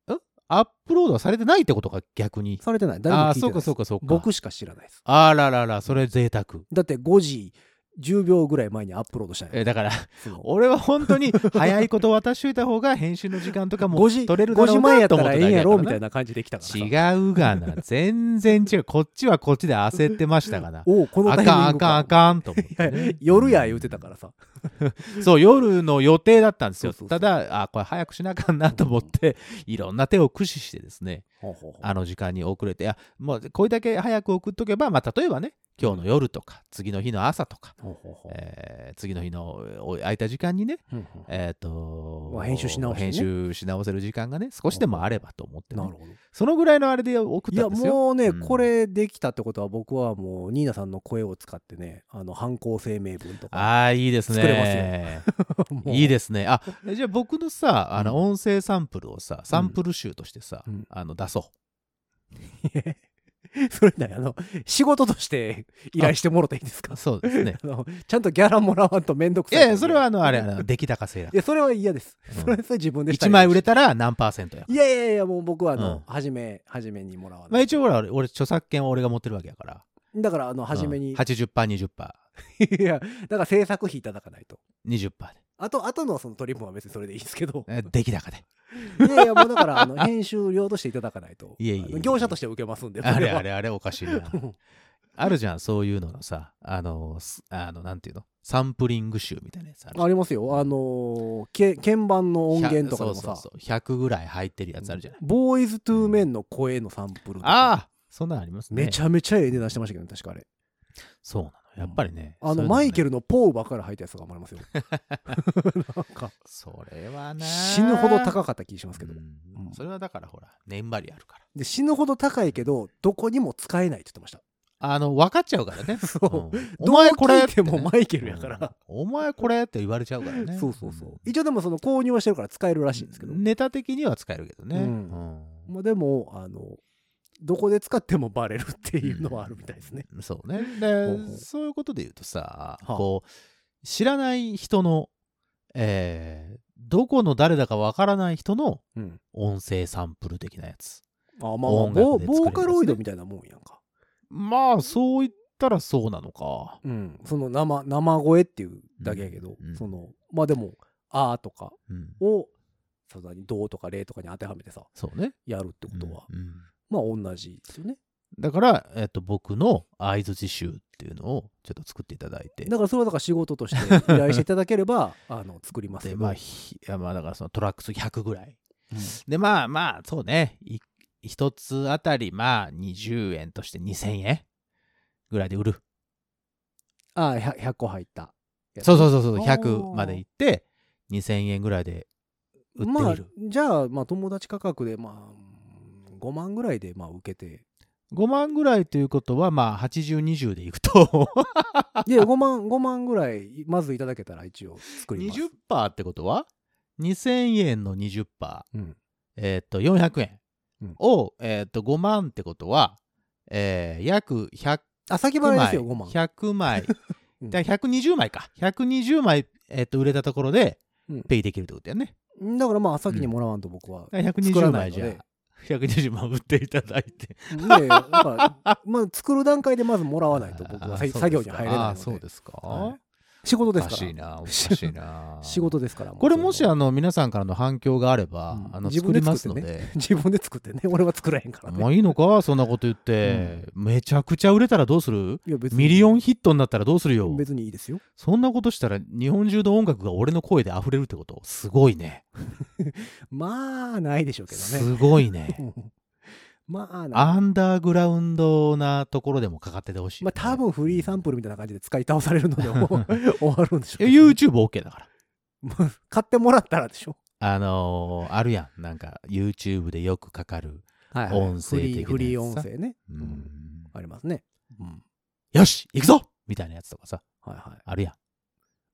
Speaker 3: んアップロードはされてないってことか逆に
Speaker 2: されてない。誰も聞
Speaker 3: ああ
Speaker 2: いて
Speaker 3: そ
Speaker 2: な
Speaker 3: う
Speaker 2: い
Speaker 3: か
Speaker 2: です。
Speaker 3: そうかそうか
Speaker 2: 僕しか知らないです。
Speaker 3: あらららそれ贅沢
Speaker 2: だって5時10秒ぐらい前にアップロードしたんや
Speaker 3: えーだから (laughs)
Speaker 2: その
Speaker 3: 俺は本当に早いこと渡しといた方が編集の時間とかも
Speaker 2: 5時、
Speaker 3: 取れるだ
Speaker 2: 5
Speaker 3: ろ
Speaker 2: 時
Speaker 3: う
Speaker 2: 前や
Speaker 3: な
Speaker 2: った
Speaker 3: と思っ
Speaker 2: ら
Speaker 3: て
Speaker 2: ええんやろみたいな感じで来たからさ。
Speaker 3: 違うがな全然違うこっちはこっちで焦ってましたがな
Speaker 2: (laughs) おうこの
Speaker 3: あ
Speaker 2: タイミング
Speaker 3: かんあかんあかんと思って、
Speaker 2: いや
Speaker 3: ね、
Speaker 2: (laughs) 夜や言うてたからさ。 (laughs)
Speaker 3: そう夜の予定だったんですよ
Speaker 2: そうそうそ
Speaker 3: た
Speaker 2: う
Speaker 3: だあこれ早くしなあかんなと思っていろんな手を駆使してですね
Speaker 2: ほうほうほう
Speaker 3: あの時間に遅れていやもうこれだけ早く送っとけば、まあ、例えばね今日の夜とか次の日の朝とか、
Speaker 2: ほうほうほう
Speaker 3: えー次の日のお空いた時間にね
Speaker 2: うんうん
Speaker 3: えっ、と
Speaker 2: まあ編集し直してね
Speaker 3: 編集し直せる時間がね少しでもあればと思ってね、
Speaker 2: なるほど。
Speaker 3: そのぐらいのあれで送
Speaker 2: い
Speaker 3: った
Speaker 2: や、
Speaker 3: んですよ
Speaker 2: もうね、
Speaker 3: うん
Speaker 2: これできたってことは僕はもう、ニーナさんの声を使ってね、あの、犯行声明文とか。
Speaker 3: ああいいですね
Speaker 2: 作れもう
Speaker 3: (laughs) いいですねあじゃあ僕のさあの
Speaker 2: う
Speaker 3: 音声サンプルをさサンプル集としてさ、
Speaker 2: うん
Speaker 3: あの出そう
Speaker 2: (laughs) それだよ、あの、仕事として依頼してもろていいですか。
Speaker 3: そうですね
Speaker 2: あのちゃんとギャラもらわんとめんどく
Speaker 3: い
Speaker 2: さ (laughs) い。
Speaker 3: やいや、それはあの、あれ、あ (laughs) の出来高制だ
Speaker 2: い。や、それは嫌です。
Speaker 3: うん
Speaker 2: それはそれ自分でした
Speaker 3: 1枚売れたら何パーセントや。
Speaker 2: いやいやいや、もう僕は、あ
Speaker 3: うん
Speaker 2: の、初め、初めにもらわ
Speaker 3: ま
Speaker 2: な
Speaker 3: あ
Speaker 2: い。
Speaker 3: 一応ほら、俺、俺著作権は俺が持ってるわけやから。
Speaker 2: だから、あの、初め
Speaker 3: うん
Speaker 2: に、
Speaker 3: 80%、20%、
Speaker 2: (laughs) いや、だから制作費いただかないと。
Speaker 3: 20%
Speaker 2: あと、あとのその取り分は別にそれでいいですけ
Speaker 3: (laughs)
Speaker 2: ど。
Speaker 3: で。え出来高で。
Speaker 2: いやいや、もうだから、あの、編集料としていただかないと。
Speaker 3: いえいえいえ
Speaker 2: あの業者として受けますんで。
Speaker 3: あれあ
Speaker 2: れ
Speaker 3: れあれ、おかしい
Speaker 2: (laughs)
Speaker 3: な
Speaker 2: うん。
Speaker 3: あるじゃん、そういうののさ、あの、すあのなんていうの、サンプリング集みたいなやつあるじゃん
Speaker 2: は。ありますよ。あのーけ、鍵盤の音源とかでも
Speaker 3: そう
Speaker 2: さ
Speaker 3: そ、うそう100ぐらい入ってるやつあるじゃない。
Speaker 2: ボーイズ・トゥ・メンの声のサンプルとか。
Speaker 3: ああそんなんありますね。
Speaker 2: めちゃめちゃええ値段してましたけどね、確かあれ。
Speaker 3: そうなの。やっぱりね。
Speaker 2: あ
Speaker 3: そう
Speaker 2: の、
Speaker 3: いう
Speaker 2: マイケ
Speaker 3: ル。
Speaker 2: ルのポーばっかり入ったやつとかもありますよ。なんか、
Speaker 3: それはな。
Speaker 2: 死ぬほど高かった気がしますけど
Speaker 3: う。ん
Speaker 2: うん
Speaker 3: それはだからほら粘りあるから
Speaker 2: で、死ぬほど高いけど、どこにも使えないって言ってました。
Speaker 3: あの分かっちゃうからね
Speaker 2: そう
Speaker 3: うん (laughs) お
Speaker 2: どう
Speaker 3: 前これ
Speaker 2: 聞いても
Speaker 3: ってね
Speaker 2: マイケルやから。
Speaker 3: うんお前これって言われちゃうからね
Speaker 2: そうそうそう。
Speaker 3: ん
Speaker 2: 一応でもその購入はしてるから使えるらしいんですけど。
Speaker 3: ネタ的には使えるけどね、
Speaker 2: うん
Speaker 3: うん
Speaker 2: まあでも、あの、どこで使ってもバレるっていうのはあるみたいですね。
Speaker 3: そうね
Speaker 2: ほうほう
Speaker 3: でそういうことで言うとさ、
Speaker 2: はあ
Speaker 3: こう知らない人のえーどこの誰だかわからない人の
Speaker 2: うん。
Speaker 3: 音声サンプル的なやつ
Speaker 2: あまあまあ
Speaker 3: 音楽で
Speaker 2: ボー、
Speaker 3: 作れるやつね
Speaker 2: ボーカロイドみたいなもんやんか。
Speaker 3: まあそう言ったらそうなのか
Speaker 2: うん。その生、生声っていうだけやけど、
Speaker 3: うんうん
Speaker 2: その、まあでも、あーとか
Speaker 3: うん
Speaker 2: を、そんなにどうとかれとかに当てはめてさ、
Speaker 3: そうね
Speaker 2: やるってことは、
Speaker 3: うんうん
Speaker 2: まあ同じですよね。
Speaker 3: だから、えっと、僕の相づち集っっていうのをちょっと作っていただいて
Speaker 2: だからそれはだから仕事として依頼していただければ (laughs) あの作ります
Speaker 3: で
Speaker 2: よ、
Speaker 3: まあひいやまあだからそのトラック数100ぐらい
Speaker 2: うん
Speaker 3: でまあまあそうねい一つあたりまあ20円として2000円ぐらいで売る
Speaker 2: ああ 100, 100個入ったやつ
Speaker 3: そうそうそうそう
Speaker 2: あー
Speaker 3: 100まで行って2000円ぐらいで売って
Speaker 2: まあ
Speaker 3: みる、
Speaker 2: じゃあまあ友達価格でまあ5万ぐらいでまあ受けて
Speaker 3: 5万ぐらいということはまあ8020でいくと
Speaker 2: いや5万5万ぐらいまずいただけたら一応作ります
Speaker 3: 20%ってことは2000円の20%、
Speaker 2: うん
Speaker 3: えーっと400円
Speaker 2: うん
Speaker 3: を、えーっと5万ってことは、えー約100
Speaker 2: あ先払いですよ5万
Speaker 3: 100枚
Speaker 2: (laughs) うん
Speaker 3: だから120枚か120枚、えーっと売れたところで
Speaker 2: うん
Speaker 3: ペイできるってことやね
Speaker 2: だからまあ先にもらわんと僕は、
Speaker 3: だから
Speaker 2: 作ら
Speaker 3: 120
Speaker 2: ない
Speaker 3: 枚
Speaker 2: の
Speaker 3: じ
Speaker 2: で
Speaker 3: ゃあ120枚売っていただいて
Speaker 2: でだからまあ作る段階でまずもらわないと僕は
Speaker 3: あ
Speaker 2: さ
Speaker 3: ー
Speaker 2: 作業に入れない
Speaker 3: あーそ
Speaker 2: の
Speaker 3: う
Speaker 2: で
Speaker 3: ですか、
Speaker 2: はい仕事
Speaker 3: お
Speaker 2: です
Speaker 3: か
Speaker 2: か
Speaker 3: しい
Speaker 2: ら (laughs)
Speaker 3: なおかしいな
Speaker 2: 仕事ですから
Speaker 3: これもしあ
Speaker 2: の
Speaker 3: の皆さんからの反響があれば、
Speaker 2: うん
Speaker 3: あの
Speaker 2: 自
Speaker 3: 作
Speaker 2: 分
Speaker 3: り
Speaker 2: で
Speaker 3: ます
Speaker 2: 作
Speaker 3: の
Speaker 2: っ
Speaker 3: で
Speaker 2: てね自分で作ってね (laughs) 俺は作らへんから
Speaker 3: も
Speaker 2: ね
Speaker 3: ういいのかそんなこと言って、めちゃくちゃ売れたらどうする
Speaker 2: いや別に
Speaker 3: ミリオンヒットになったらどうするよ
Speaker 2: 別にいいですよ
Speaker 3: そんなことしたら日本中の音楽が俺の声で溢れるってことすごいね
Speaker 2: まあないでしょうけどね
Speaker 3: すごいね
Speaker 2: (laughs) まあない
Speaker 3: アンダーグラウンドなところでもかかっててほしい、
Speaker 2: まあ多分フリーサンプルみたいな感じで使い倒され
Speaker 3: (laughs)
Speaker 2: るのでもう終わるんでしょう
Speaker 3: え
Speaker 2: けど
Speaker 3: YouTubeOK だから
Speaker 2: まあ買ってもらったらでしょ
Speaker 3: あのーあるやんなんか YouTube でよくかかる
Speaker 2: はい
Speaker 3: はい音声
Speaker 2: フリー
Speaker 3: 的なやつさ
Speaker 2: フリー音声ね
Speaker 3: うーん
Speaker 2: ありますねうん
Speaker 3: よし行くぞみたいなやつとかさ
Speaker 2: はいはい
Speaker 3: あるやん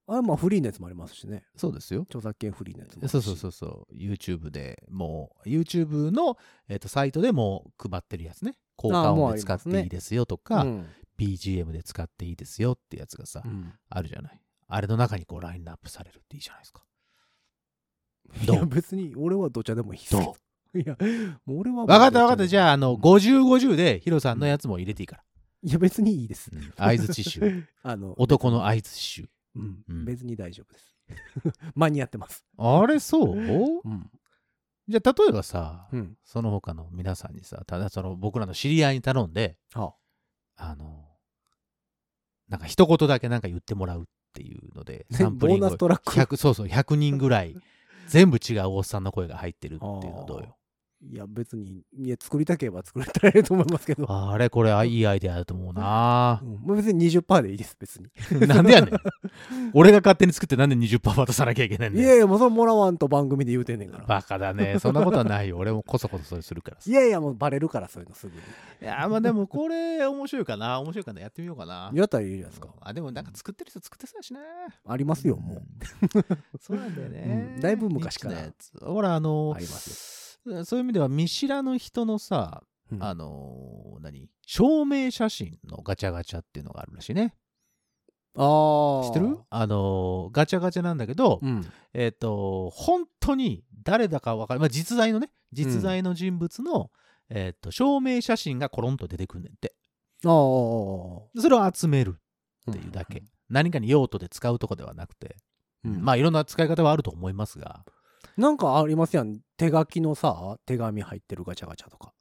Speaker 2: あれまあフリーのやつもありますしね
Speaker 3: そうですよ
Speaker 2: 著作権フリーのやつもあるし
Speaker 3: そうそうそうそう YouTube でもう YouTube の、えっとサイトでもう配ってるやつね効果
Speaker 2: もう
Speaker 3: 音
Speaker 2: あ
Speaker 3: で
Speaker 2: り
Speaker 3: 使
Speaker 2: ま
Speaker 3: っ
Speaker 2: すね
Speaker 3: ていいですよとか、
Speaker 2: うん、
Speaker 3: BGM で使っていいですよってやつがさ、
Speaker 2: うん
Speaker 3: あるじゃないあれの中にこうラインナップされるっていいじゃな
Speaker 2: (laughs)
Speaker 3: いですか
Speaker 2: い
Speaker 3: どう
Speaker 2: や別に俺はどちらでもいいですけ
Speaker 3: ど
Speaker 2: どいやもう俺はもう
Speaker 3: 分かった分かったじゃああの
Speaker 2: うん
Speaker 3: 5050でヒロさんのやつも入れていいから
Speaker 2: いや別にいいです
Speaker 3: 相づち集
Speaker 2: あの、
Speaker 3: 男の相づち集
Speaker 2: うん
Speaker 3: うん
Speaker 2: 別に大丈夫です (laughs) 間に合ってます
Speaker 3: あれそう
Speaker 2: うん、
Speaker 3: じゃあ例えばさ、
Speaker 2: うん、
Speaker 3: その他の皆さんにさただその僕らの知り合いに頼んで
Speaker 2: は
Speaker 3: あの、なんか一言だけなんか言ってもらうっていうので、
Speaker 2: ね
Speaker 3: サンプリング
Speaker 2: ボーナストラック
Speaker 3: 100そうそう、100人ぐらい、全部違うおっさんの声が入ってるっていうのどうよ。
Speaker 2: いや別にいや作りたければ作れたらいいと思いますけ
Speaker 3: (laughs)
Speaker 2: ど、
Speaker 3: あれ、これ、あいいアイデアだと思うな (laughs)
Speaker 2: うんまあ別に20%でいいです別に
Speaker 3: なんでやねん。 (laughs) 俺が勝手に作ってなんで20%渡さなきゃいけないん
Speaker 2: い
Speaker 3: だ
Speaker 2: や
Speaker 3: よ。
Speaker 2: いやもうそれもらわんと番組で言うてんねんから
Speaker 3: バカだね。そんなことはないよ。俺もこそこそそれするからさ。
Speaker 2: いやいやもうバレるからそういうのすぐに
Speaker 3: いや、まあでもこれ面白いかな。面白いかな。やってみようかな。
Speaker 2: やったらいいじゃないですか
Speaker 3: あ、でもなんか作ってる人作ってそうやしな。
Speaker 2: ありますよもう
Speaker 3: うん。そうなんだよね、
Speaker 2: うんだいぶ昔から
Speaker 3: ニッチなやつほら、あの、
Speaker 2: ありま
Speaker 3: そういう意味では、見知らぬ人のさ、
Speaker 2: うん
Speaker 3: あの、何証明写真のガチャガチャっていうのがあるらしいね。
Speaker 2: (laughs) ああ
Speaker 3: 知ってるあの、ガチャガチャなんだけど、
Speaker 2: うん
Speaker 3: えっ、と、本当に誰だかわかる、まあ、実在のね、実在の人物の、えっ、と、証明写真がコロンと出てくんねんって。
Speaker 2: ああ
Speaker 3: それを集めるっていうだけ。何かに用途で使うとかではなくて、
Speaker 2: うん
Speaker 3: まあいろんな使い方はあると思いますが、
Speaker 2: なんかありますやん手書きのさ手紙入ってるガチャガチャとか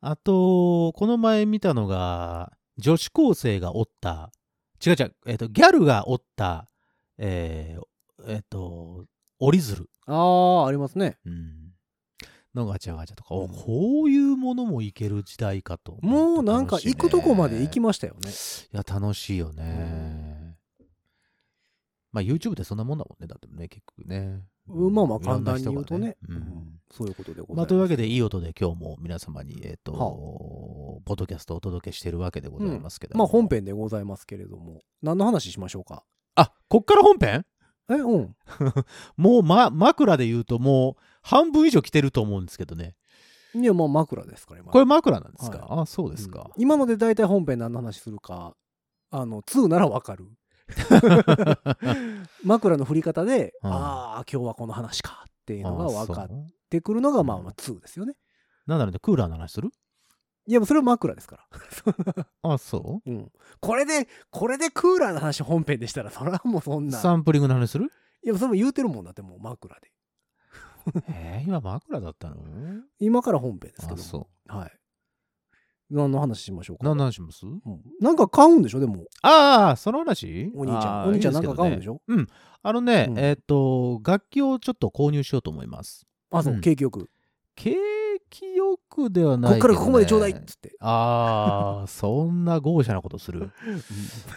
Speaker 3: あと、この前見たのが、女子高生がおった、違う違う、えっ、と、ギャルがおった、えっ、えーと、折り鶴、
Speaker 2: ああありますね
Speaker 3: うん、のガチャガチャとか、お
Speaker 2: うん
Speaker 3: こういうものもいける時代かと思って。
Speaker 2: もうなんか行くとこまで行き
Speaker 3: ま
Speaker 2: ましたよね
Speaker 3: す。いや、楽しいよね。まあ、YouTube でそんなもんだもんね、だってね、結局ね。
Speaker 2: うんまあまあ
Speaker 3: いろ
Speaker 2: 簡
Speaker 3: んな
Speaker 2: 単に
Speaker 3: 人
Speaker 2: 言
Speaker 3: が
Speaker 2: うとね
Speaker 3: うん
Speaker 2: うんそういうことでござい
Speaker 3: ま
Speaker 2: ま
Speaker 3: あ、
Speaker 2: す
Speaker 3: というわけで、いい音で今日も皆様に、えっ、と、
Speaker 2: はあ
Speaker 3: ポッドキャストをお届けしているわけでございますけど、
Speaker 2: まあ本。編でございますけれども何の話しましょうか
Speaker 3: あ、こっから本編
Speaker 2: えうん
Speaker 3: もう、ま、枕で言うと、もう、半分以上来てると思うんですけどね。
Speaker 2: いやまあ枕ですから今
Speaker 3: これ枕なんですか、
Speaker 2: は
Speaker 3: あ、そうですか。
Speaker 2: うん今ので大体本編何の話するかあの2ならわかる (laughs) 枕の振り方で、
Speaker 3: うん
Speaker 2: ああ今日はこの話かっていうのが分か
Speaker 3: あ
Speaker 2: っ
Speaker 3: そう
Speaker 2: てくるのがまあまあ2ですよね
Speaker 3: なんだろうね、クーラーの話する
Speaker 2: いやもうそれは枕ですから
Speaker 3: あ、そ
Speaker 2: うんこれでこれでクーラーの話本編でしたらそれはもうそん
Speaker 3: う
Speaker 2: な
Speaker 3: サンプリングの話す
Speaker 2: (laughs)
Speaker 3: る
Speaker 2: いやそれも言うてるもんだってもう枕で
Speaker 3: えー、今枕だったの
Speaker 2: 今から本編ですけども
Speaker 3: あ、そ
Speaker 2: はい何の話しましょうか
Speaker 3: 何の話します
Speaker 2: うんなんか買うんでしょでも
Speaker 3: ああ、その話
Speaker 2: お兄ちゃん
Speaker 3: あー
Speaker 2: お兄ちゃん
Speaker 3: い
Speaker 2: な
Speaker 3: い
Speaker 2: ん
Speaker 3: すけど
Speaker 2: か
Speaker 3: ね
Speaker 2: 買うんでしょ
Speaker 3: うん。あのね、
Speaker 2: うん
Speaker 3: えっ、と、楽器をちょっと購入しようと思います。
Speaker 2: あそううん景気よく
Speaker 3: 景気よくではな
Speaker 2: こ
Speaker 3: い
Speaker 2: っ
Speaker 3: け
Speaker 2: か
Speaker 3: ど、ね。
Speaker 2: らここまでちょうだいっつって
Speaker 3: ああ、そんな豪奢なことする。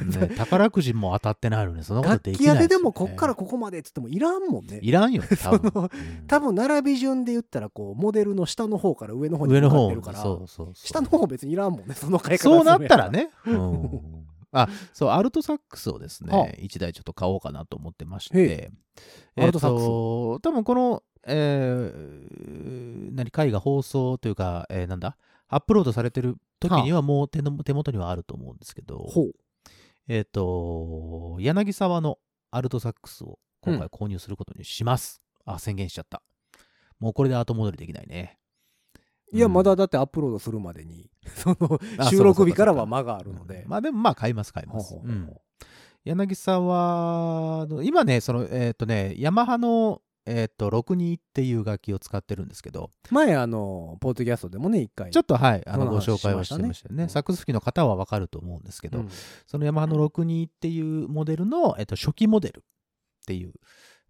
Speaker 3: ね、宝くじも当たってないのに、そんなこと
Speaker 2: 楽
Speaker 3: でき
Speaker 2: 器
Speaker 3: ない
Speaker 2: 屋
Speaker 3: すよね、
Speaker 2: ででもこっからここまでっつってもいらんもんね
Speaker 3: いらんよ、多分。
Speaker 2: その
Speaker 3: うん
Speaker 2: 多分並び順で言ったらこうモデルの下の方から上の方に
Speaker 3: 上
Speaker 2: 向
Speaker 3: の
Speaker 2: かっ
Speaker 3: 方
Speaker 2: てるから
Speaker 3: そうそうそう
Speaker 2: 下の方別にいらんもんねその買い方
Speaker 3: そうなったら
Speaker 2: ね
Speaker 3: ね。うん (laughs) あそうアルトサックスをです
Speaker 2: はあ
Speaker 3: ね、一台ちょっと買おうかなと思ってまし
Speaker 2: へ
Speaker 3: て、
Speaker 2: アルトサックス
Speaker 3: えーと多分この、えー、何回が放送というか、えーなんだ、アップロードされてる時にはもう手の手元にはあると思うんですけど、
Speaker 2: ほう
Speaker 3: えっ、と、柳沢のアルトサックスを今回購入することにします。あ、宣言しちゃった。もうこれで後戻りできないね。
Speaker 2: いや
Speaker 3: うん
Speaker 2: まだだってアップロードするまでに (laughs) その
Speaker 3: あ
Speaker 2: 収録日から
Speaker 3: そうかそうかそうか
Speaker 2: は間があるので
Speaker 3: まあでもまあ買います買い
Speaker 2: ほう
Speaker 3: ます
Speaker 2: ほ。う
Speaker 3: う
Speaker 2: ほうん
Speaker 3: 柳沢の今ねそのえっ、とねヤマハのえっ、と62っていう楽器を使ってるんですけど
Speaker 2: 前あのポッドキャストでもね一回
Speaker 3: ちょっとはいあ
Speaker 2: そ
Speaker 3: のご
Speaker 2: の話
Speaker 3: 紹介はしてましたよね
Speaker 2: しましたねうん
Speaker 3: サックス吹きの方はわかると思うんですけど、
Speaker 2: うん
Speaker 3: そのヤマハの62っていうモデルの、えっと初期モデルっていう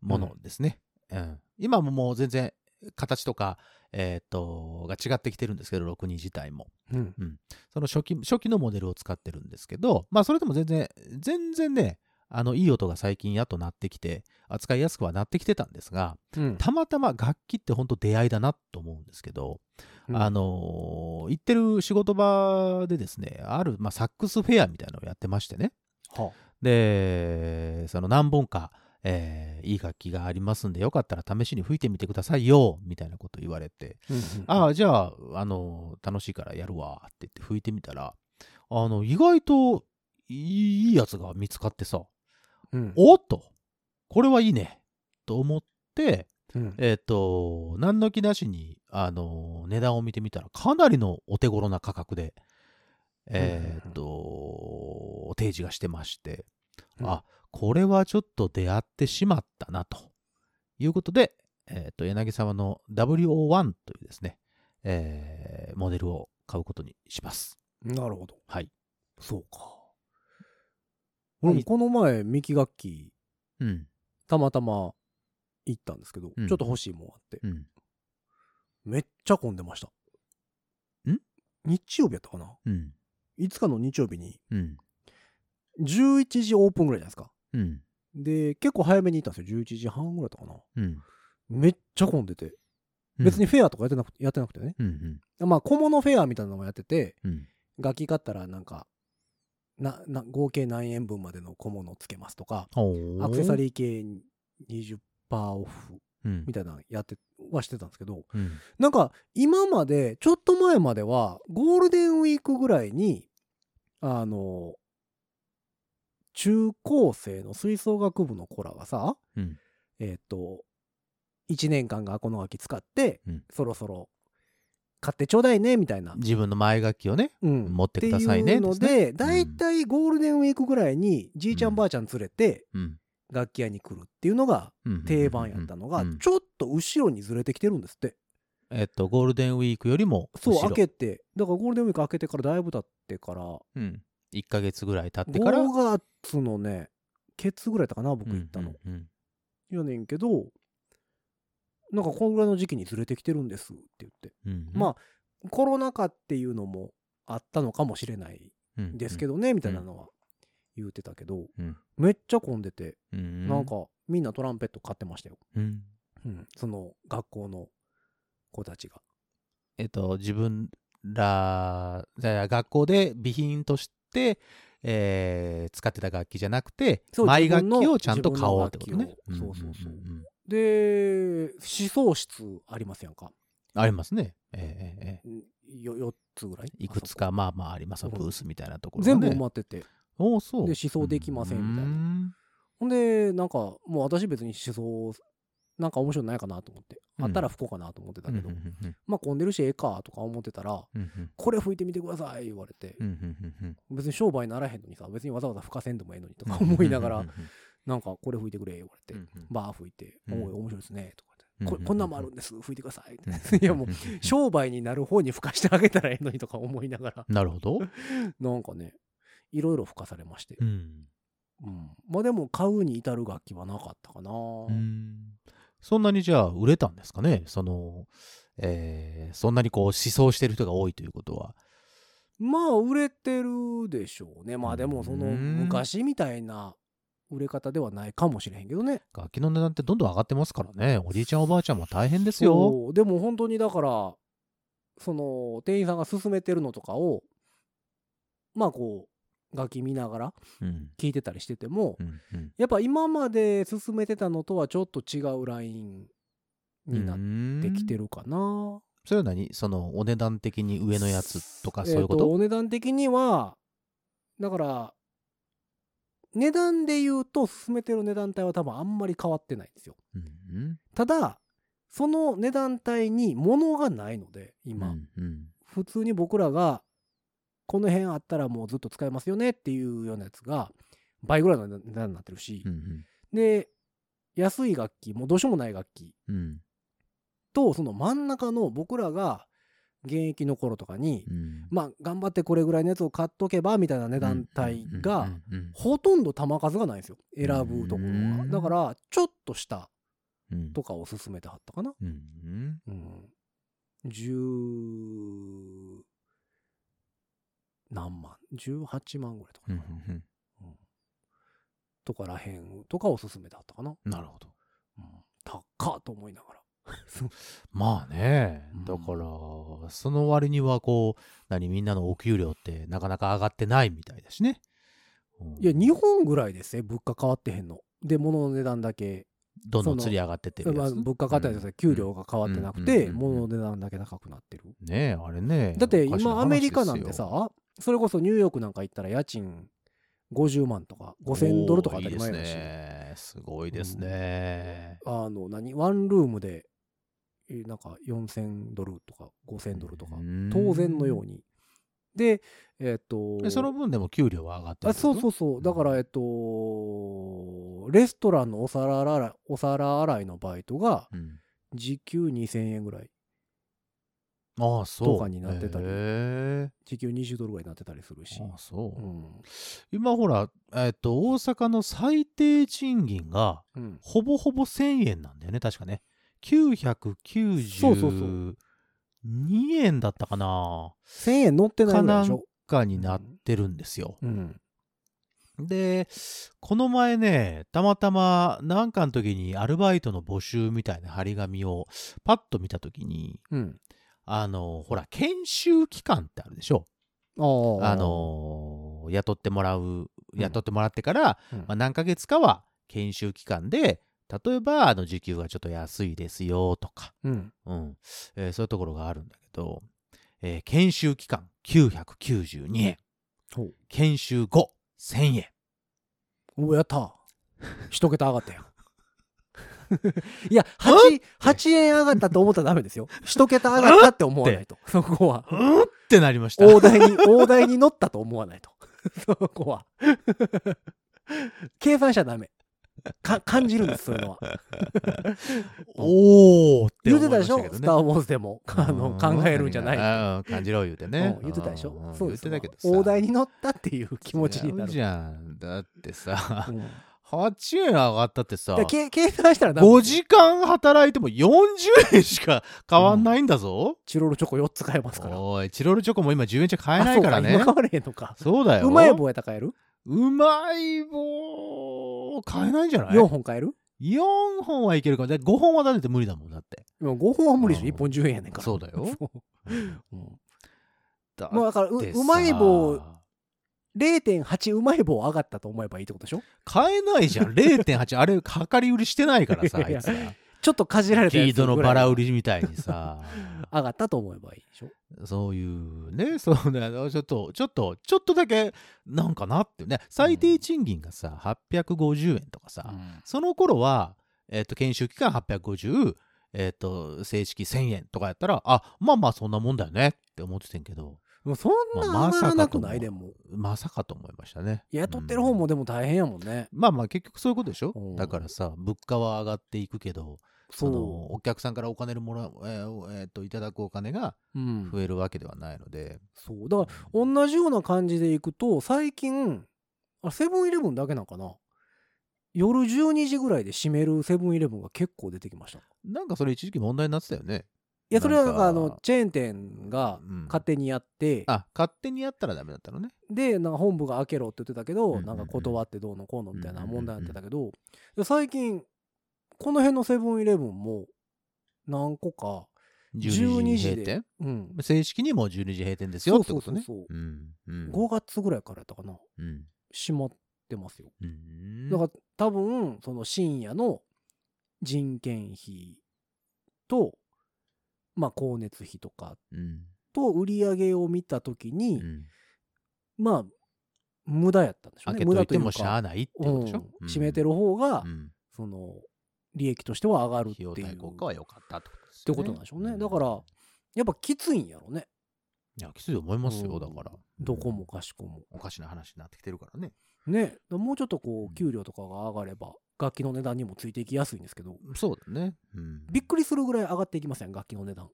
Speaker 3: ものですね、うん今ももう全然形とかえっ、とが違ってきてるんですけど62自体も
Speaker 2: うん
Speaker 3: その初期初期のモデルを使ってるんですけど、まあ、それでも全然、全然ね、あのいい音が最近やっとなってきて、扱いやすくはなってきてたんですが、
Speaker 2: うん
Speaker 3: たまたま楽器って本当出会いだなと思うんですけど、
Speaker 2: うん
Speaker 3: あのー行ってる仕事場でですね、ある、まあ、サックスフェアみたいなのをやってましてね、
Speaker 2: は
Speaker 3: で、その何本か、えーいい楽器がありますんで、よかったら試しに吹いてみてくださいよ、みたいなこと言われて、
Speaker 2: うんうん
Speaker 3: ああ、じゃあ、あの、楽しいからやるわって言って拭いてみたら、あの、意外といいやつが見つかってさ、
Speaker 2: うん
Speaker 3: おっと、これはいいね、と思って、
Speaker 2: うん
Speaker 3: えっ、と、何の気なしに、あの、値段を見てみたら、かなりのお手頃な価格で、えっ、と、提示がしてまして、
Speaker 2: うん
Speaker 3: あ、これはちょっと出会ってしまったな、ということで、えっ、と、柳沢の WO1 というですね、えーモデルを買うことにします。
Speaker 2: なるほど
Speaker 3: はい。
Speaker 2: そうか俺もこの前ミキ楽器
Speaker 3: うん。
Speaker 2: たまたま行ったんですけど、
Speaker 3: うん
Speaker 2: ちょっと欲しいもんあって、
Speaker 3: うん。
Speaker 2: めっちゃ混んでました
Speaker 3: ん
Speaker 2: 日曜日やったかな
Speaker 3: うん。
Speaker 2: いつかの日曜日に
Speaker 3: うん。
Speaker 2: 11時オープンぐらいじゃないですか
Speaker 3: うん。
Speaker 2: で結構早めに行ったんですよ11時半ぐらいだったかな
Speaker 3: うん。
Speaker 2: めっちゃ混んでて別にフェアとかやってなくやってなくてね
Speaker 3: うん。うん。
Speaker 2: まあ小物フェアみたいなのもやってて
Speaker 3: うん。
Speaker 2: 楽器買ったらなんかなな合計何円分までの小物をつけますとかアクセサ
Speaker 3: ー、
Speaker 2: リー系20%オフ
Speaker 3: うん
Speaker 2: み。たいなのやってはしてたんですけど、
Speaker 3: うん。
Speaker 2: なんか今までちょっと前まではゴールデンウィークぐらいにあの中高生の吹奏楽部の子らがさ
Speaker 3: うん。
Speaker 2: えっ、と1年間がこの楽器使って、
Speaker 3: うん
Speaker 2: そろそろ買ってちょうだいねみたいな、
Speaker 3: 自分の前楽器をね、
Speaker 2: うん
Speaker 3: 持ってください
Speaker 2: って
Speaker 3: ね
Speaker 2: いうの
Speaker 3: です
Speaker 2: で大体、ゴールデンウィークぐらいにじいちゃ
Speaker 3: うん
Speaker 2: んばあちゃん連れて
Speaker 3: うん
Speaker 2: 楽器屋に来るっていうのが
Speaker 3: うん
Speaker 2: 定番やったのが、
Speaker 3: うん
Speaker 2: ちょっと後ろにずれてきてるんですって。
Speaker 3: えっとゴールデンウィークよりも
Speaker 2: そう
Speaker 3: 後ろ
Speaker 2: 開けてだからゴールデンウィーク開けてからだいぶ経ってから
Speaker 3: うん、1ヶ月ぐらい経ってから
Speaker 2: 5月のねケツぐらいだったかな僕行ったの、
Speaker 3: うんうん
Speaker 2: やねんけどなんかこんぐらいの時期にずれてきてるんですって言って、
Speaker 3: うんうん
Speaker 2: まあコロナ禍っていうのもあったのかもしれない
Speaker 3: うん
Speaker 2: ですけどね、みたいなのは言ってたけど、
Speaker 3: うん
Speaker 2: めっちゃ混んでて、
Speaker 3: うんうん
Speaker 2: なんかみんなトランペット買ってましたよ、
Speaker 3: うん
Speaker 2: うんその学校の子たちが
Speaker 3: えっと自分らじゃあ学校で備品としてえー使ってた楽器じゃなくて
Speaker 2: そう
Speaker 3: マイ
Speaker 2: 自
Speaker 3: 楽
Speaker 2: 分の
Speaker 3: 器をちゃんと買おうってことね。
Speaker 2: 自分の楽器をそうそうそうん
Speaker 3: んん
Speaker 2: で思想室ありますやんか
Speaker 3: ありますね。えーえーえ
Speaker 2: よ4つぐらい
Speaker 3: ーいくつかまあまああります
Speaker 2: うん
Speaker 3: ブースみたいなとこ
Speaker 2: あそこ全
Speaker 3: ろ
Speaker 2: 部埋
Speaker 3: ま
Speaker 2: まってて
Speaker 3: おーそう
Speaker 2: で思想できませんみたいな
Speaker 3: うん
Speaker 2: ほんでなんかもう私別に思想なんか面白いのないかなと思って
Speaker 3: うん
Speaker 2: あったら不幸かなと思ってたけど、
Speaker 3: うんうんうん
Speaker 2: まあ混んでるしええかとか思ってたら
Speaker 3: うんうん
Speaker 2: これ吹いてみてください言われて
Speaker 3: うんうんうんうん
Speaker 2: 別に商売ならへんのにさ別にわざわざ吹かせんでもええのにとか思いながらなんかこれ吹いてくれ言われて
Speaker 3: うんうん
Speaker 2: バー吹いて
Speaker 3: う
Speaker 2: お
Speaker 3: ん
Speaker 2: い面白いですねとか言ってここんなんもあるんです吹いてください」い
Speaker 3: い
Speaker 2: やもう商売になる方に吹かしてあげたらええのにとか思いながら
Speaker 3: なるほど。
Speaker 2: なんかねいろいろ吹かされまして
Speaker 3: う、ん。
Speaker 2: うんまあでも買うに至る楽器はなかったかな、
Speaker 3: うんそんなにじゃあ売れたんですかねその、えーそんなにこう思想してる人が多いということは。
Speaker 2: まあ売れてるでしょうねまあでもその
Speaker 3: うん
Speaker 2: 昔みたいな売れ方ではないかもしれへんけどね
Speaker 3: 楽器の値段ってどんどん上がってますからね。おじいちゃんおばあちゃんも大変ですよ。
Speaker 2: そうでも本当にだからその店員さんが勧めてるのとかをまあこう楽器見ながら
Speaker 3: うん。
Speaker 2: 聞いてたりしてても、
Speaker 3: うんうん
Speaker 2: やっぱ今まで勧めてたのとはちょっと違うラインになってきて
Speaker 3: る。
Speaker 2: るかな。
Speaker 3: それは何そのお値段的に上のやつとかそういうこ
Speaker 2: えー
Speaker 3: と、
Speaker 2: お値段的にはだから値段で言うと勧めてる値段帯は多分あんまり変わってないんですよ。
Speaker 3: うん
Speaker 2: ただその値段帯に物がないので
Speaker 3: うん
Speaker 2: 今、
Speaker 3: うんうん
Speaker 2: 普通に僕らがこの辺あったらもうずっと使えますよねっていうようなやつが倍ぐらいの値段になってるし、
Speaker 3: うん
Speaker 2: で安い楽器もうどうしようもない楽器
Speaker 3: うん
Speaker 2: とその真ん中の僕らが現役の頃とかに、
Speaker 3: うん
Speaker 2: まあ頑張ってこれぐらいのやつを買っとけばみたいな値段帯
Speaker 3: うん
Speaker 2: が
Speaker 3: うんうん
Speaker 2: ほとんど玉数がないんですよ選ぶとこ
Speaker 3: う
Speaker 2: ろが
Speaker 3: ん
Speaker 2: だからちょっと下
Speaker 3: うん
Speaker 2: とかを勧めてはったかな
Speaker 3: うんう
Speaker 2: う
Speaker 3: ん
Speaker 2: ん10何万18万ぐらいとか
Speaker 3: う
Speaker 2: か
Speaker 3: ん
Speaker 2: な、
Speaker 3: うんうん
Speaker 2: うんとからへんとかを勧めてはったかな、
Speaker 3: なるほど。
Speaker 2: うん、高っと思いながら
Speaker 3: まあね
Speaker 2: うん、
Speaker 3: だから、その割にはこう、何、みんなのお給料ってなかなか上がってないみたいだしね。うん
Speaker 2: いや日本ぐらいですね物価変わってへんので物の値段だけ
Speaker 3: どんどん釣り上がってってる
Speaker 2: ま
Speaker 3: や
Speaker 2: あ
Speaker 3: つ。
Speaker 2: 物価変わったりとか
Speaker 3: うん
Speaker 2: 給料が変わってなく
Speaker 3: うん
Speaker 2: て
Speaker 3: うん
Speaker 2: 物の値段だけ高くなってる
Speaker 3: ねえ、あれね。
Speaker 2: だって
Speaker 3: おかしな
Speaker 2: 今ア
Speaker 3: 話
Speaker 2: メ
Speaker 3: です
Speaker 2: リ
Speaker 3: よ
Speaker 2: カなんて、さそれこそニューヨークなんか行ったら家賃50万とか5000ドルとか当たり前
Speaker 3: おーい
Speaker 2: だ
Speaker 3: いで
Speaker 2: し
Speaker 3: すね。すごいですね。
Speaker 2: あの何ワンルームでえーなんか4000ドルとか5000ドルとか
Speaker 3: うん
Speaker 2: 当然のようにでえっと
Speaker 3: えその分でも給料は上がってる
Speaker 2: あそうそう
Speaker 3: う。
Speaker 2: そう、
Speaker 3: ん
Speaker 2: だからえっとレストランのお皿洗いお皿洗いのバイトが
Speaker 3: うん、
Speaker 2: 時給2000円ぐらい
Speaker 3: ああ、そう。
Speaker 2: とかになってたり
Speaker 3: へえ
Speaker 2: 時給20ドルぐらいになってたりするし、
Speaker 3: ああ、そうう。
Speaker 2: ん
Speaker 3: 今ほら、えっ、と、大阪の最低賃金が、
Speaker 2: うん、
Speaker 3: ほぼほぼ1000円なんだよね、確かね。
Speaker 2: そうそうそ
Speaker 3: 992円だったかな
Speaker 2: 1000円乗ってない
Speaker 3: か
Speaker 2: ぐらい
Speaker 3: な
Speaker 2: でし
Speaker 3: ん
Speaker 2: ょ、
Speaker 3: かになってるんですよ。
Speaker 2: うん、
Speaker 3: で、この前ね、たまたまなんかの時にアルバイトの募集みたいな張り紙をパッと見た時に、
Speaker 2: うん。
Speaker 3: あの、ほら、研修期間ってあるでしょ。
Speaker 2: ああ
Speaker 3: あ、の、雇ってもらう、雇ってもらってから、
Speaker 2: うん
Speaker 3: まあ、何ヶ月かは研修期間で、例えば、あの、時給がちょっと安いですよとか、
Speaker 2: うん。
Speaker 3: うんえーそういうところがあるんだけど、えー研修期間992円
Speaker 2: ほう
Speaker 3: 研修後1000円
Speaker 2: おうやった。一桁上がったやん。 (laughs) いや、8、八円上がったと思ったらダメですよ。一桁上がったって思わないと。 (laughs) そこは。
Speaker 3: うんってなりました
Speaker 2: 大台に、大台に乗ったと思わないと。 (laughs) そこは。計算しちゃダメ。か、感じるんです、そういうのは。
Speaker 3: おーって
Speaker 2: 言うて
Speaker 3: 思
Speaker 2: た
Speaker 3: いま
Speaker 2: でし
Speaker 3: した
Speaker 2: ょ
Speaker 3: けど
Speaker 2: ス
Speaker 3: ね
Speaker 2: ター・ウォーズでも。あの、考えるんじゃない。
Speaker 3: い感じろ言うてね
Speaker 2: うん言ってたでしょ
Speaker 3: ん
Speaker 2: そう
Speaker 3: 言
Speaker 2: で
Speaker 3: っ
Speaker 2: す
Speaker 3: て
Speaker 2: わ
Speaker 3: たけどさ
Speaker 2: 大台に乗ったっていう気持ちにな
Speaker 3: 違う
Speaker 2: る。
Speaker 3: じゃんだってさ
Speaker 2: うん
Speaker 3: 8円上がったってさ
Speaker 2: いやけ計算したらダメ
Speaker 3: 5時間働いても40円しか変わんないんだぞ、
Speaker 2: チロルチョコ4つ買えますから。
Speaker 3: おいチロルチョコも今10円じゃ買えないから
Speaker 2: あ
Speaker 3: ね
Speaker 2: そうか今買われへんのか。
Speaker 3: そうだよ
Speaker 2: うまい棒やったら買える
Speaker 3: うまい棒買えないんじゃない
Speaker 2: ?4 本買える
Speaker 3: 4本はいけるかもだって5本はだって無理だもんだって
Speaker 2: でも5本は無理でしょ。
Speaker 3: うん
Speaker 2: 1本10円やねんから。
Speaker 3: そうだよ
Speaker 2: そううん
Speaker 3: だ
Speaker 2: まあだからう、
Speaker 3: ってさ
Speaker 2: うまい棒、0.8うまい棒上がったと思えばいいってことでしょ
Speaker 3: 買えないじゃん0.8 (laughs) あれ量り売りしてないからさ
Speaker 2: いや
Speaker 3: あ
Speaker 2: いや
Speaker 3: いつら
Speaker 2: ちょっとかじられた
Speaker 3: リ
Speaker 2: や
Speaker 3: ー
Speaker 2: つぐ
Speaker 3: ド
Speaker 2: らい
Speaker 3: のバラ売りみたいにさ
Speaker 2: 上がったと思えばいいでしょ。
Speaker 3: そういうねそうねちょっとちょっとちょっとだけなんかなってね最低賃金がさ850円とかさ、その頃は、えっと研修期間850、えっと正式1000円とかやったらあまあまあそんなもんだよねって思っててんけど
Speaker 2: でもそんな
Speaker 3: まあま
Speaker 2: 上が
Speaker 3: さからと
Speaker 2: なくないでも。
Speaker 3: まさかと思いましたね
Speaker 2: 雇ってる方、もでも大変やもんね。
Speaker 3: うんまあまあ結局そういうことでしょ
Speaker 2: うん
Speaker 3: だからさ物価は上がっていくけどその
Speaker 2: そ
Speaker 3: お客さんからお金をもらう、えーえーといただくお金が
Speaker 2: う,、うん、
Speaker 3: 増えるわけではないので、
Speaker 2: そうだから同じような感じでいくと最近あセブンイレブンだけなんかな夜12時ぐらいで閉めるセブンイレブンが結構出てきましたい
Speaker 3: なんかそれ一時期問題になってたよね。
Speaker 2: やそれはなんかあ
Speaker 3: なん
Speaker 2: の
Speaker 3: か
Speaker 2: チェーン店が
Speaker 3: うん
Speaker 2: 勝手にやって、
Speaker 3: あ勝手にやったらダメだったのね。
Speaker 2: でなんか本部が開けろって言ってたけ
Speaker 3: うんうん
Speaker 2: ど
Speaker 3: うん
Speaker 2: なんか断ってどうのこうのみたいな問題になってたけど最近この辺のセブンイレブンも何個か、
Speaker 3: 12
Speaker 2: 12
Speaker 3: 時
Speaker 2: 時
Speaker 3: 閉
Speaker 2: でう
Speaker 3: 店
Speaker 2: ん、
Speaker 3: 正式にもう12時閉店ですよってことね。
Speaker 2: そうそうそう
Speaker 3: うんうん
Speaker 2: 5月ぐらいからやったかな
Speaker 3: うん
Speaker 2: 閉まってますよ
Speaker 3: うん
Speaker 2: だから多分その深夜の人件費とまあ光熱費とか
Speaker 3: うん
Speaker 2: と売り上げを見た時に、
Speaker 3: うん
Speaker 2: まあ無駄やったんでしょう
Speaker 3: 開
Speaker 2: ね
Speaker 3: け
Speaker 2: 無
Speaker 3: と
Speaker 2: 駄
Speaker 3: いてもしゃあないってことでしょ。
Speaker 2: うん閉めて
Speaker 3: る
Speaker 2: る方が、
Speaker 3: うん
Speaker 2: その利益としては上がるってい
Speaker 3: 費
Speaker 2: う
Speaker 3: 用対効果は良かったってことです、
Speaker 2: ってことなんでしょうねだから
Speaker 3: い
Speaker 2: やっぱきついんやろね
Speaker 3: やきついと思いますよ
Speaker 2: うん
Speaker 3: だから
Speaker 2: どこもかしこも
Speaker 3: おかしな話になってきてるからね
Speaker 2: ねもうちょっとこう給料とかが上がれば楽器の値段にもついていきやすいんですけど
Speaker 3: そうだね、うん、
Speaker 2: びっくりするぐらい上がっていきません楽器の値段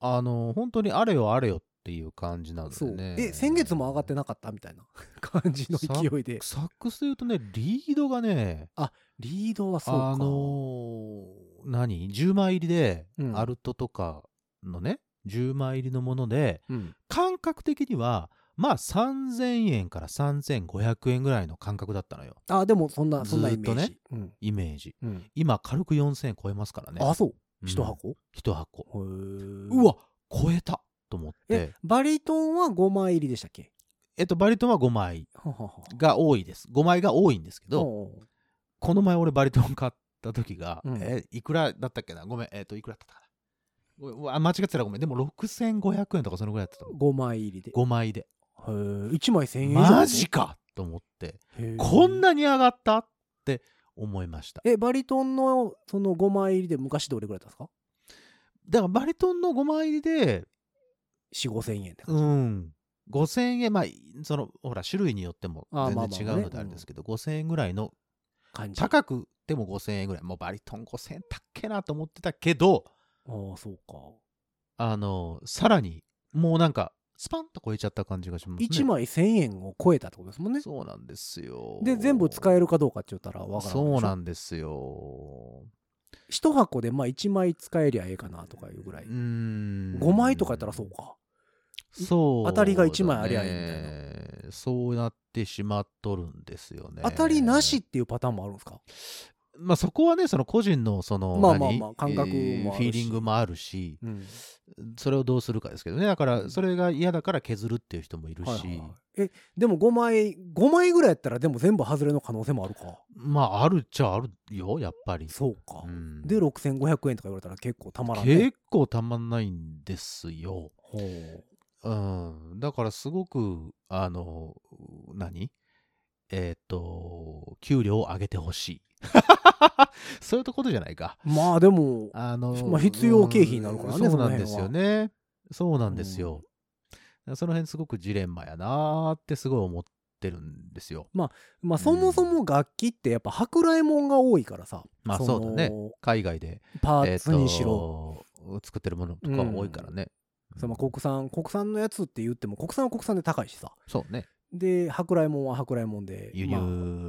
Speaker 3: あの本当にあれよあれよっていう感じなので
Speaker 2: そう
Speaker 3: ね
Speaker 2: え先月も上がってなかったみたいな (laughs) 感じの勢いで
Speaker 3: サックスで言うとねリードがね
Speaker 2: リードはそうか
Speaker 3: あのー何10枚入りで、
Speaker 2: うん
Speaker 3: アルトとかのね10枚入りのもので
Speaker 2: うん
Speaker 3: 感覚的にはまあ3000円から3500円ぐらいの感覚だったのよ
Speaker 2: あでもそんなそんなイメージ
Speaker 3: ずっイメージ
Speaker 2: うんうん
Speaker 3: 今軽く4000円超えますからね
Speaker 2: あそう
Speaker 3: うん
Speaker 2: 一箱、
Speaker 3: 一箱
Speaker 2: へー
Speaker 3: うわ超えたと思って
Speaker 2: えバリトンは5枚入りでしたっけ
Speaker 3: えっとバリトンは5枚
Speaker 2: ははは
Speaker 3: が多いです5枚が多いんですけど
Speaker 2: おう
Speaker 3: この前俺バリトン買った時が、
Speaker 2: うん
Speaker 3: えいくらだったっけなごめんえっ、といくらだったかなごめんうわ間違ってたらごめんでも6500円とかそのぐらいだったと思
Speaker 2: 5枚入りで
Speaker 3: う5枚で
Speaker 2: へー1枚1000円以上
Speaker 3: マジかと思って
Speaker 2: へー
Speaker 3: こんなに上がったって思いました
Speaker 2: えバリトンのその5枚入りで昔どれぐらいだったんで
Speaker 3: だからバリトンの5枚入りです
Speaker 2: か4 5千円って感じ
Speaker 3: うん5000円まあそのほら種類によっても
Speaker 2: あーまあ
Speaker 3: 全
Speaker 2: まあ
Speaker 3: 然違うのであれですけど、5000円ぐらいの
Speaker 2: 感じあ
Speaker 3: 高くても5000円ぐらいもうバリトン5000円高っけなと思ってたけど
Speaker 2: あそうか
Speaker 3: あのさらにもうなんかスパンと超えちゃった感じがしますね
Speaker 2: 1枚1000円を超えたってことですもんね
Speaker 3: そうなんですよ
Speaker 2: で全部使えるかどうかって言ったらわからないでしょ
Speaker 3: そうなんですよ
Speaker 2: 一箱でまあ1枚使えりゃええかなとかいうぐらいう
Speaker 3: ーん
Speaker 2: 5枚とかやったらそうか
Speaker 3: そう
Speaker 2: 当たりが一枚ありゃいいみたいな
Speaker 3: たいなそうなってしまっとるんですよね
Speaker 2: 当たりなしっていうパターンもあるんですか
Speaker 3: まあそこはねその個人のその
Speaker 2: まあまあ
Speaker 3: 何
Speaker 2: まあ感覚もあるし
Speaker 3: フィーリングもあるし
Speaker 2: うん
Speaker 3: それをどうするかですけどねだからそれが嫌だから削るっていう人もいるし、
Speaker 2: はいはいはいえでも5枚5枚ぐらいやったらでも全部外れの可能性もあるか
Speaker 3: まああるっちゃあるよやっぱり
Speaker 2: そうか
Speaker 3: うん
Speaker 2: で6500円とか言われたら結構たまらんね
Speaker 3: 結構たまんないんですよ、
Speaker 2: ほう
Speaker 3: うん、だからすごくあの何えっ、と給料を上げてほしい (laughs) そういうところじゃないか
Speaker 2: まあでも
Speaker 3: あの、
Speaker 2: まあ必要経費になるからね
Speaker 3: うんそ
Speaker 2: そうの
Speaker 3: なん
Speaker 2: 辺
Speaker 3: で
Speaker 2: は
Speaker 3: すよねそうなんですよ、その辺すごくジレンマやなーってすごい思ってるんですよ
Speaker 2: まあそもそも楽器ってやっぱ舶来物が多いからさ
Speaker 3: まあ
Speaker 2: の
Speaker 3: そうだね海外で
Speaker 2: パ
Speaker 3: え
Speaker 2: ー
Speaker 3: っ
Speaker 2: ツにしろ、
Speaker 3: と作ってるものとか多いからね、
Speaker 2: その国産国産のやつって言っても国産は国産で高いしさ
Speaker 3: そうね
Speaker 2: で舶来物は舶来物で
Speaker 3: 輸入
Speaker 2: まあ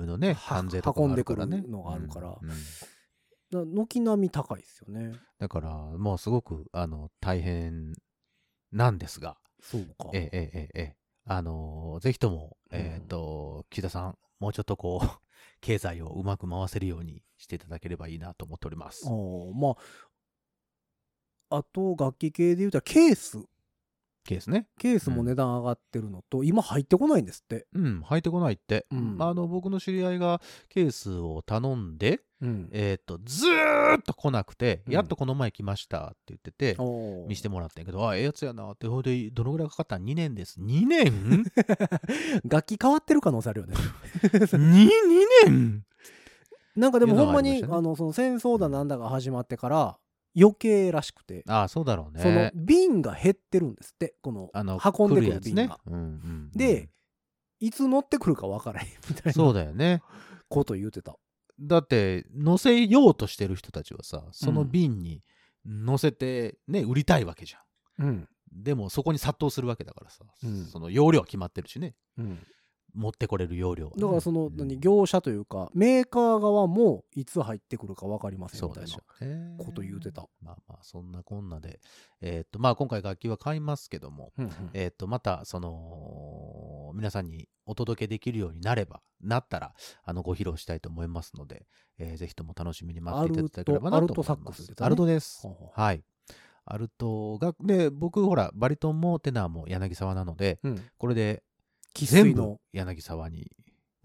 Speaker 3: の
Speaker 2: ま
Speaker 3: ね、
Speaker 2: あ
Speaker 3: 関税とかもあるからね
Speaker 2: 運んでくるのがあるから
Speaker 3: うんうん
Speaker 2: だ軒並み高いですよね
Speaker 3: だからもうすごくあの大変なんですが
Speaker 2: そうか
Speaker 3: ええええええあのぜひとも、
Speaker 2: うん
Speaker 3: えっ、と岸田さんもうちょっとこう (laughs) 経済をうまく回せるようにしていただければいいなと思っております
Speaker 2: あーまああと楽器系で言うたらケース
Speaker 3: ケースね
Speaker 2: ケースも値段上がってるのと、今入ってこないんですって、
Speaker 3: うん入ってこないって、
Speaker 2: うん
Speaker 3: あの僕の知り合いがケースを頼んで
Speaker 2: うん
Speaker 3: えっ、とずーっと来なくて、
Speaker 2: うん
Speaker 3: やっとこの前来ましたって言ってて、
Speaker 2: おー
Speaker 3: 見せてもらったんやけど、あ、ええやつやなって、ほいで、どのぐらいかかったん ?2 年です。2年
Speaker 2: (laughs) 楽器変わってる可能性あるよ
Speaker 3: (laughs)
Speaker 2: ね
Speaker 3: 2, 年
Speaker 2: なんかでもほんま
Speaker 3: い
Speaker 2: に
Speaker 3: うのはありまし
Speaker 2: あ
Speaker 3: たね
Speaker 2: のその戦争だなんだが始まってから余計らしくて、
Speaker 3: あそうだろうね。
Speaker 2: その瓶が減ってるんですってこの
Speaker 3: あの、
Speaker 2: 運んでくる
Speaker 3: やつ
Speaker 2: 瓶
Speaker 3: ね
Speaker 2: が。
Speaker 3: うんうんうん
Speaker 2: でいつ乗ってくるか分からへんみたいな
Speaker 3: そうだよね。
Speaker 2: こと言ってた
Speaker 3: だって載せようとしてる人たちはさその瓶に載せてね、売りたいわけじゃん
Speaker 2: うん。
Speaker 3: でもそこに殺到するわけだからさ、
Speaker 2: うん
Speaker 3: その容量は決まってるしね
Speaker 2: うん。
Speaker 3: 持ってこれる容量はね、
Speaker 2: だからその、
Speaker 3: うん
Speaker 2: 何、業者というか、メーカー側もいつ入ってくるか分かりません
Speaker 3: そ
Speaker 2: み
Speaker 3: う
Speaker 2: たい
Speaker 3: で
Speaker 2: な
Speaker 3: しょうね
Speaker 2: こと言うてた。
Speaker 3: まあまあそんなこんなでえーっとまあ今回楽器は買いますけども
Speaker 2: うんうん
Speaker 3: えーっとまたその皆さんにお届けできるようになればなったらあのご披露したいと思いますので、えーぜひとも楽しみに待っていただければなと思い
Speaker 2: アルトアルト
Speaker 3: ます
Speaker 2: サックスですね
Speaker 3: アルトです
Speaker 2: ほうほ
Speaker 3: はいアルトがで僕ほらバリトンもテナーも柳沢なので
Speaker 2: ううん。
Speaker 3: これで
Speaker 2: 生
Speaker 3: 全
Speaker 2: 粋
Speaker 3: 部
Speaker 2: の。
Speaker 3: 柳沢に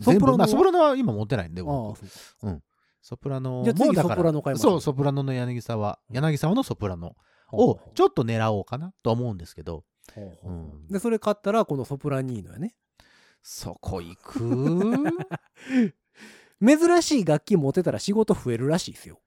Speaker 2: ソプラノ
Speaker 3: 全部まあ
Speaker 2: は
Speaker 3: ソプラノは今持ってないんで
Speaker 2: ああ
Speaker 3: 僕、
Speaker 2: そうか
Speaker 3: ソプラノ
Speaker 2: じゃあ
Speaker 3: も
Speaker 2: 次
Speaker 3: だ
Speaker 2: ソ
Speaker 3: か
Speaker 2: プラ
Speaker 3: ら
Speaker 2: ノ買います。
Speaker 3: そうソプラノの柳沢柳沢のソプラノをちょっと狙おうかなと思うんですけど
Speaker 2: ほうほうほう
Speaker 3: うん
Speaker 2: でそれ買ったらこのソプラニーノやね
Speaker 3: そこ行く
Speaker 2: 珍しい楽器持てたら仕事増えるらしいですよ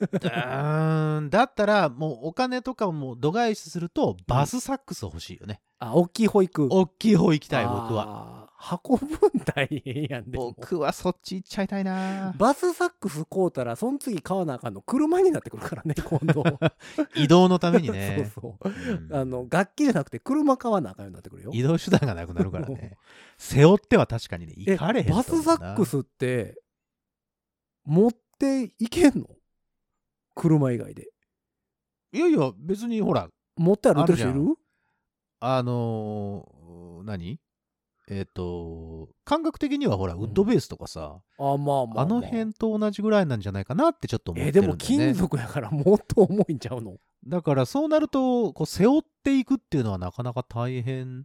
Speaker 3: うーんだったらもうお金とかも度外視するとバスサックス欲しいよね、
Speaker 2: あ大きい保育
Speaker 3: 大きい方行きたい僕は
Speaker 2: は運ぶん大変やんでも
Speaker 3: 僕はそっち行っちゃいたいな
Speaker 2: (laughs) バスサックス買うたらその次買わなあかんの車になってくるからね今
Speaker 3: (laughs)
Speaker 2: 度
Speaker 3: 移動のためにね
Speaker 2: (laughs) そうそう
Speaker 3: うん
Speaker 2: あの楽器じゃなくて車買わなあかんようになってくるよ
Speaker 3: 移動手段がなくなるからね背負っては確かにね行かれへんと
Speaker 2: バ
Speaker 3: 思う
Speaker 2: ス
Speaker 3: な
Speaker 2: サックスって持っていけんの車以外で
Speaker 3: いやいや別にほら
Speaker 2: 持って歩いてる人い
Speaker 3: あるじゃ
Speaker 2: る
Speaker 3: あのー何えっ、と感覚的にはほらウッドベースとかさ、
Speaker 2: あまあまあまあ
Speaker 3: あの辺と同じぐらいなんじゃないかなってちょっと思っ
Speaker 2: えで
Speaker 3: てるんだ
Speaker 2: も
Speaker 3: よね、
Speaker 2: 金属やからもっと重いんちゃうの
Speaker 3: だからそうなるとこう背負っていくっていうのはなかなか大変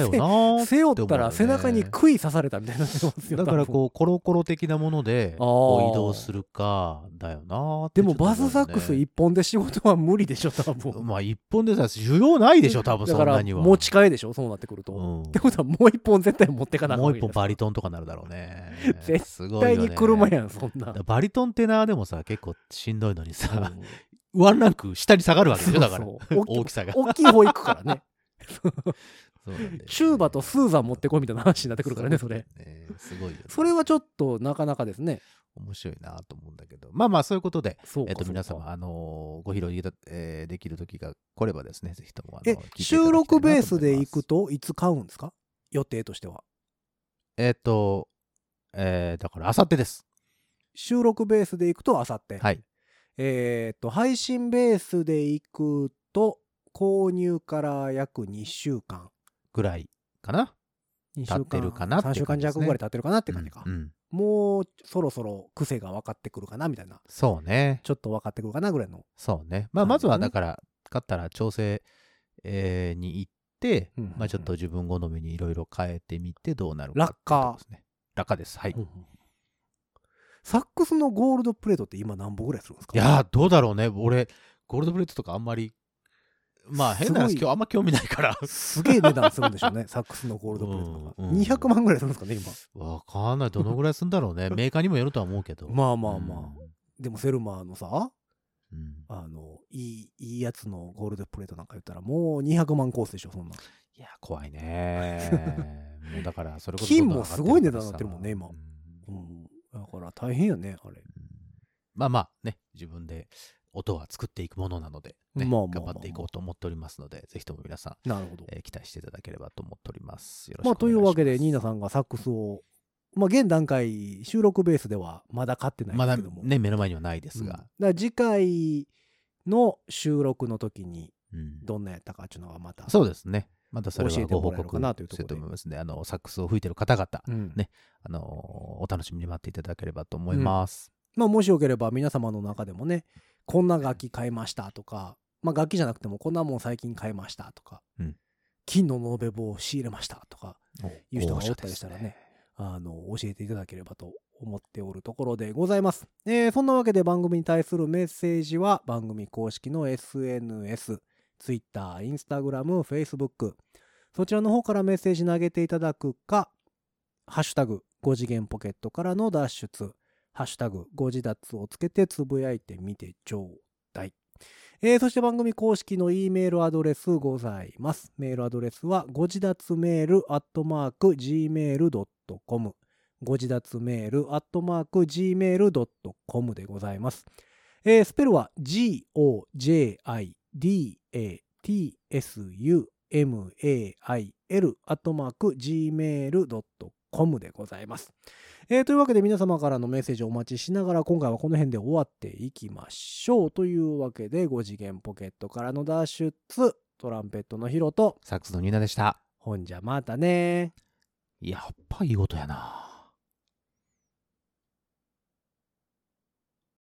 Speaker 2: (laughs)
Speaker 3: よなーって
Speaker 2: 背
Speaker 3: 思うよね
Speaker 2: 負ったら背中に杭刺されたみたいになってますよ
Speaker 3: だから
Speaker 2: う
Speaker 3: こうコロコロ的なもので
Speaker 2: あー
Speaker 3: こう移動するかだよなーって
Speaker 2: で
Speaker 3: ち
Speaker 2: も
Speaker 3: ょっと思う
Speaker 2: バ
Speaker 3: よね
Speaker 2: スサックス一本で仕事は無理でしょ多分
Speaker 3: まあ一本でさ需要ないでしょ多分
Speaker 2: だ
Speaker 3: そ
Speaker 2: か
Speaker 3: んな
Speaker 2: ら
Speaker 3: には
Speaker 2: 持ち替えでしょそうなってくると、
Speaker 3: う
Speaker 2: っ
Speaker 3: ん
Speaker 2: てことはもう一本絶対持ってかなあかん
Speaker 3: もう一本バ
Speaker 2: リ
Speaker 3: リトンとかなるだろうね
Speaker 2: 絶
Speaker 3: す
Speaker 2: 絶
Speaker 3: ごい
Speaker 2: 対
Speaker 3: よね
Speaker 2: に車やんそんな
Speaker 3: だからバリトンテナーでもさ結構しんどいのに
Speaker 2: (laughs)
Speaker 3: さ、
Speaker 2: うん
Speaker 3: ワンランク下に下がるわけでしょだから
Speaker 2: そうそう
Speaker 3: 大きさが
Speaker 2: 大きい方行く
Speaker 3: (laughs)
Speaker 2: からね
Speaker 3: そうなんだよね
Speaker 2: チューバとスーザン持ってこいみたいな話になってくるからねそれ
Speaker 3: うだよねすごいよね
Speaker 2: それはちょっとなかなかですね
Speaker 3: 面白いなと思うんだけどまあまあそういうことで
Speaker 2: そうか
Speaker 3: えっと
Speaker 2: そうか
Speaker 3: 皆様あのーご披露いただえーできる時が来ればですねぜひともあの
Speaker 2: え
Speaker 3: 聞いていただきたいなと
Speaker 2: 収
Speaker 3: 思います
Speaker 2: 録ベースで行くといつ買うんですか予定としては
Speaker 3: えっとえーだからあさってです
Speaker 2: 収録ベースで行くとあさって
Speaker 3: はい
Speaker 2: えっと配信ベースで行くと購入から約2週間
Speaker 3: ぐらいかな
Speaker 2: 2週
Speaker 3: 経ってるかなって
Speaker 2: 3週間弱ぐらい経ってるかなって感じか、
Speaker 3: うんうん
Speaker 2: もうそろそろ癖が分かってくるかなみたいな
Speaker 3: そうね
Speaker 2: ちょっと分かってくるかなぐらいの
Speaker 3: そうね。まあ、
Speaker 2: な
Speaker 3: ま
Speaker 2: る
Speaker 3: ず
Speaker 2: ほどね
Speaker 3: は、だから、買ったら調整、えーに行って、
Speaker 2: うんうんうん
Speaker 3: まあ、ちょっと自分好みにいろいろ変えてみて、どうなるか。
Speaker 2: ラッカー
Speaker 3: ですね。ラッカーです。はい。い
Speaker 2: サックスのゴールドプレートって今何本ぐらいするんですか
Speaker 3: やー、どうだろうね。俺、ゴールドプレートとかあんまり、まあ、変な話、
Speaker 2: すごい
Speaker 3: 今日あんま興味ないから。
Speaker 2: すげえ値段するんでしょうね (laughs) サックスのゴールドプレートとか、
Speaker 3: うんうん
Speaker 2: 200万ぐらいするんですかね今
Speaker 3: (laughs) わかんない。どのぐらいすんだろう
Speaker 2: (laughs)
Speaker 3: ね。メーカーにもよるとは思うけど。
Speaker 2: まあまあまあ、
Speaker 3: あ。
Speaker 2: でもセルマーのさ
Speaker 3: うん
Speaker 2: あのいいいいやつのゴールドプレートなんか言ったらもう200万コースでしょそんない
Speaker 3: や、怖いね。
Speaker 2: (laughs)
Speaker 3: もうだから、それこそ
Speaker 2: 金
Speaker 3: どんどん
Speaker 2: もすごい値段になってるもんね
Speaker 3: 上がってるから
Speaker 2: う
Speaker 3: さうん
Speaker 2: ん、だから大変やねあれ
Speaker 3: まあまあね、自分で音は作っていくものなので、ね
Speaker 2: まあまあ
Speaker 3: 頑
Speaker 2: まあまあ
Speaker 3: 張っていこうと思っておりますので、ぜひとも皆さん、
Speaker 2: なるほど
Speaker 3: えー期待していただければと思っております。よろしく
Speaker 2: まあというわけでニーナ
Speaker 3: ん、
Speaker 2: さんがサックスをまあ現段階収録ベースではまだ買ってないん
Speaker 3: ま
Speaker 2: ですけ
Speaker 3: だ
Speaker 2: ども、
Speaker 3: ね、目の前にはないで
Speaker 2: う
Speaker 3: す
Speaker 2: んだか
Speaker 3: が、
Speaker 2: ら次回の収録の時に
Speaker 3: うん
Speaker 2: どんなやったかっていうのはまた
Speaker 3: そうですね。またそれ
Speaker 2: 教
Speaker 3: は
Speaker 2: えて
Speaker 3: ご
Speaker 2: も
Speaker 3: 報
Speaker 2: らえるかなとい
Speaker 3: 告
Speaker 2: うところで
Speaker 3: すると思いますね。あの、サックスを吹いてる方々、
Speaker 2: うん
Speaker 3: ねあのーお楽しみに待っていただければと思います。
Speaker 2: まあもしよければ皆様の中でもねこんな楽器買いましたとか、まあ、楽器じゃなくてもこんなもん最近買いましたとか、
Speaker 3: うん
Speaker 2: 金の延べ棒を仕入れましたとか
Speaker 3: お
Speaker 2: いう人がおったりしたらね。あの教えていただければと思っておるところでございます、えーそんなわけで番組に対するメッセージは番組公式の SNS Twitter、Instagram、Facebook そちらの方からメッセージ投げていただくかハッシュタグ5次元ポケットからの脱出ハッシュタグ5次脱をつけてつぶやいてみてちょうだいえーそして番組公式の E メールアドレスございます。メールアドレスは、ご自立メールアットマーク gmail.com。ご自立メール、アットマーク、gmail.com でございます。えースペルは g-o-j-i-d-a-t-s-u-m-a-i-l アットマーク gmail.com でございます。えーというわけで皆様からのメッセージをお待ちしながら今回はこの辺で終わっていきましょう。というわけで5次元ポケットからの脱出、トランペットのヒロと、
Speaker 3: サックスのニーナでした。
Speaker 2: ほんじゃまたね
Speaker 3: やっぱいい音やな。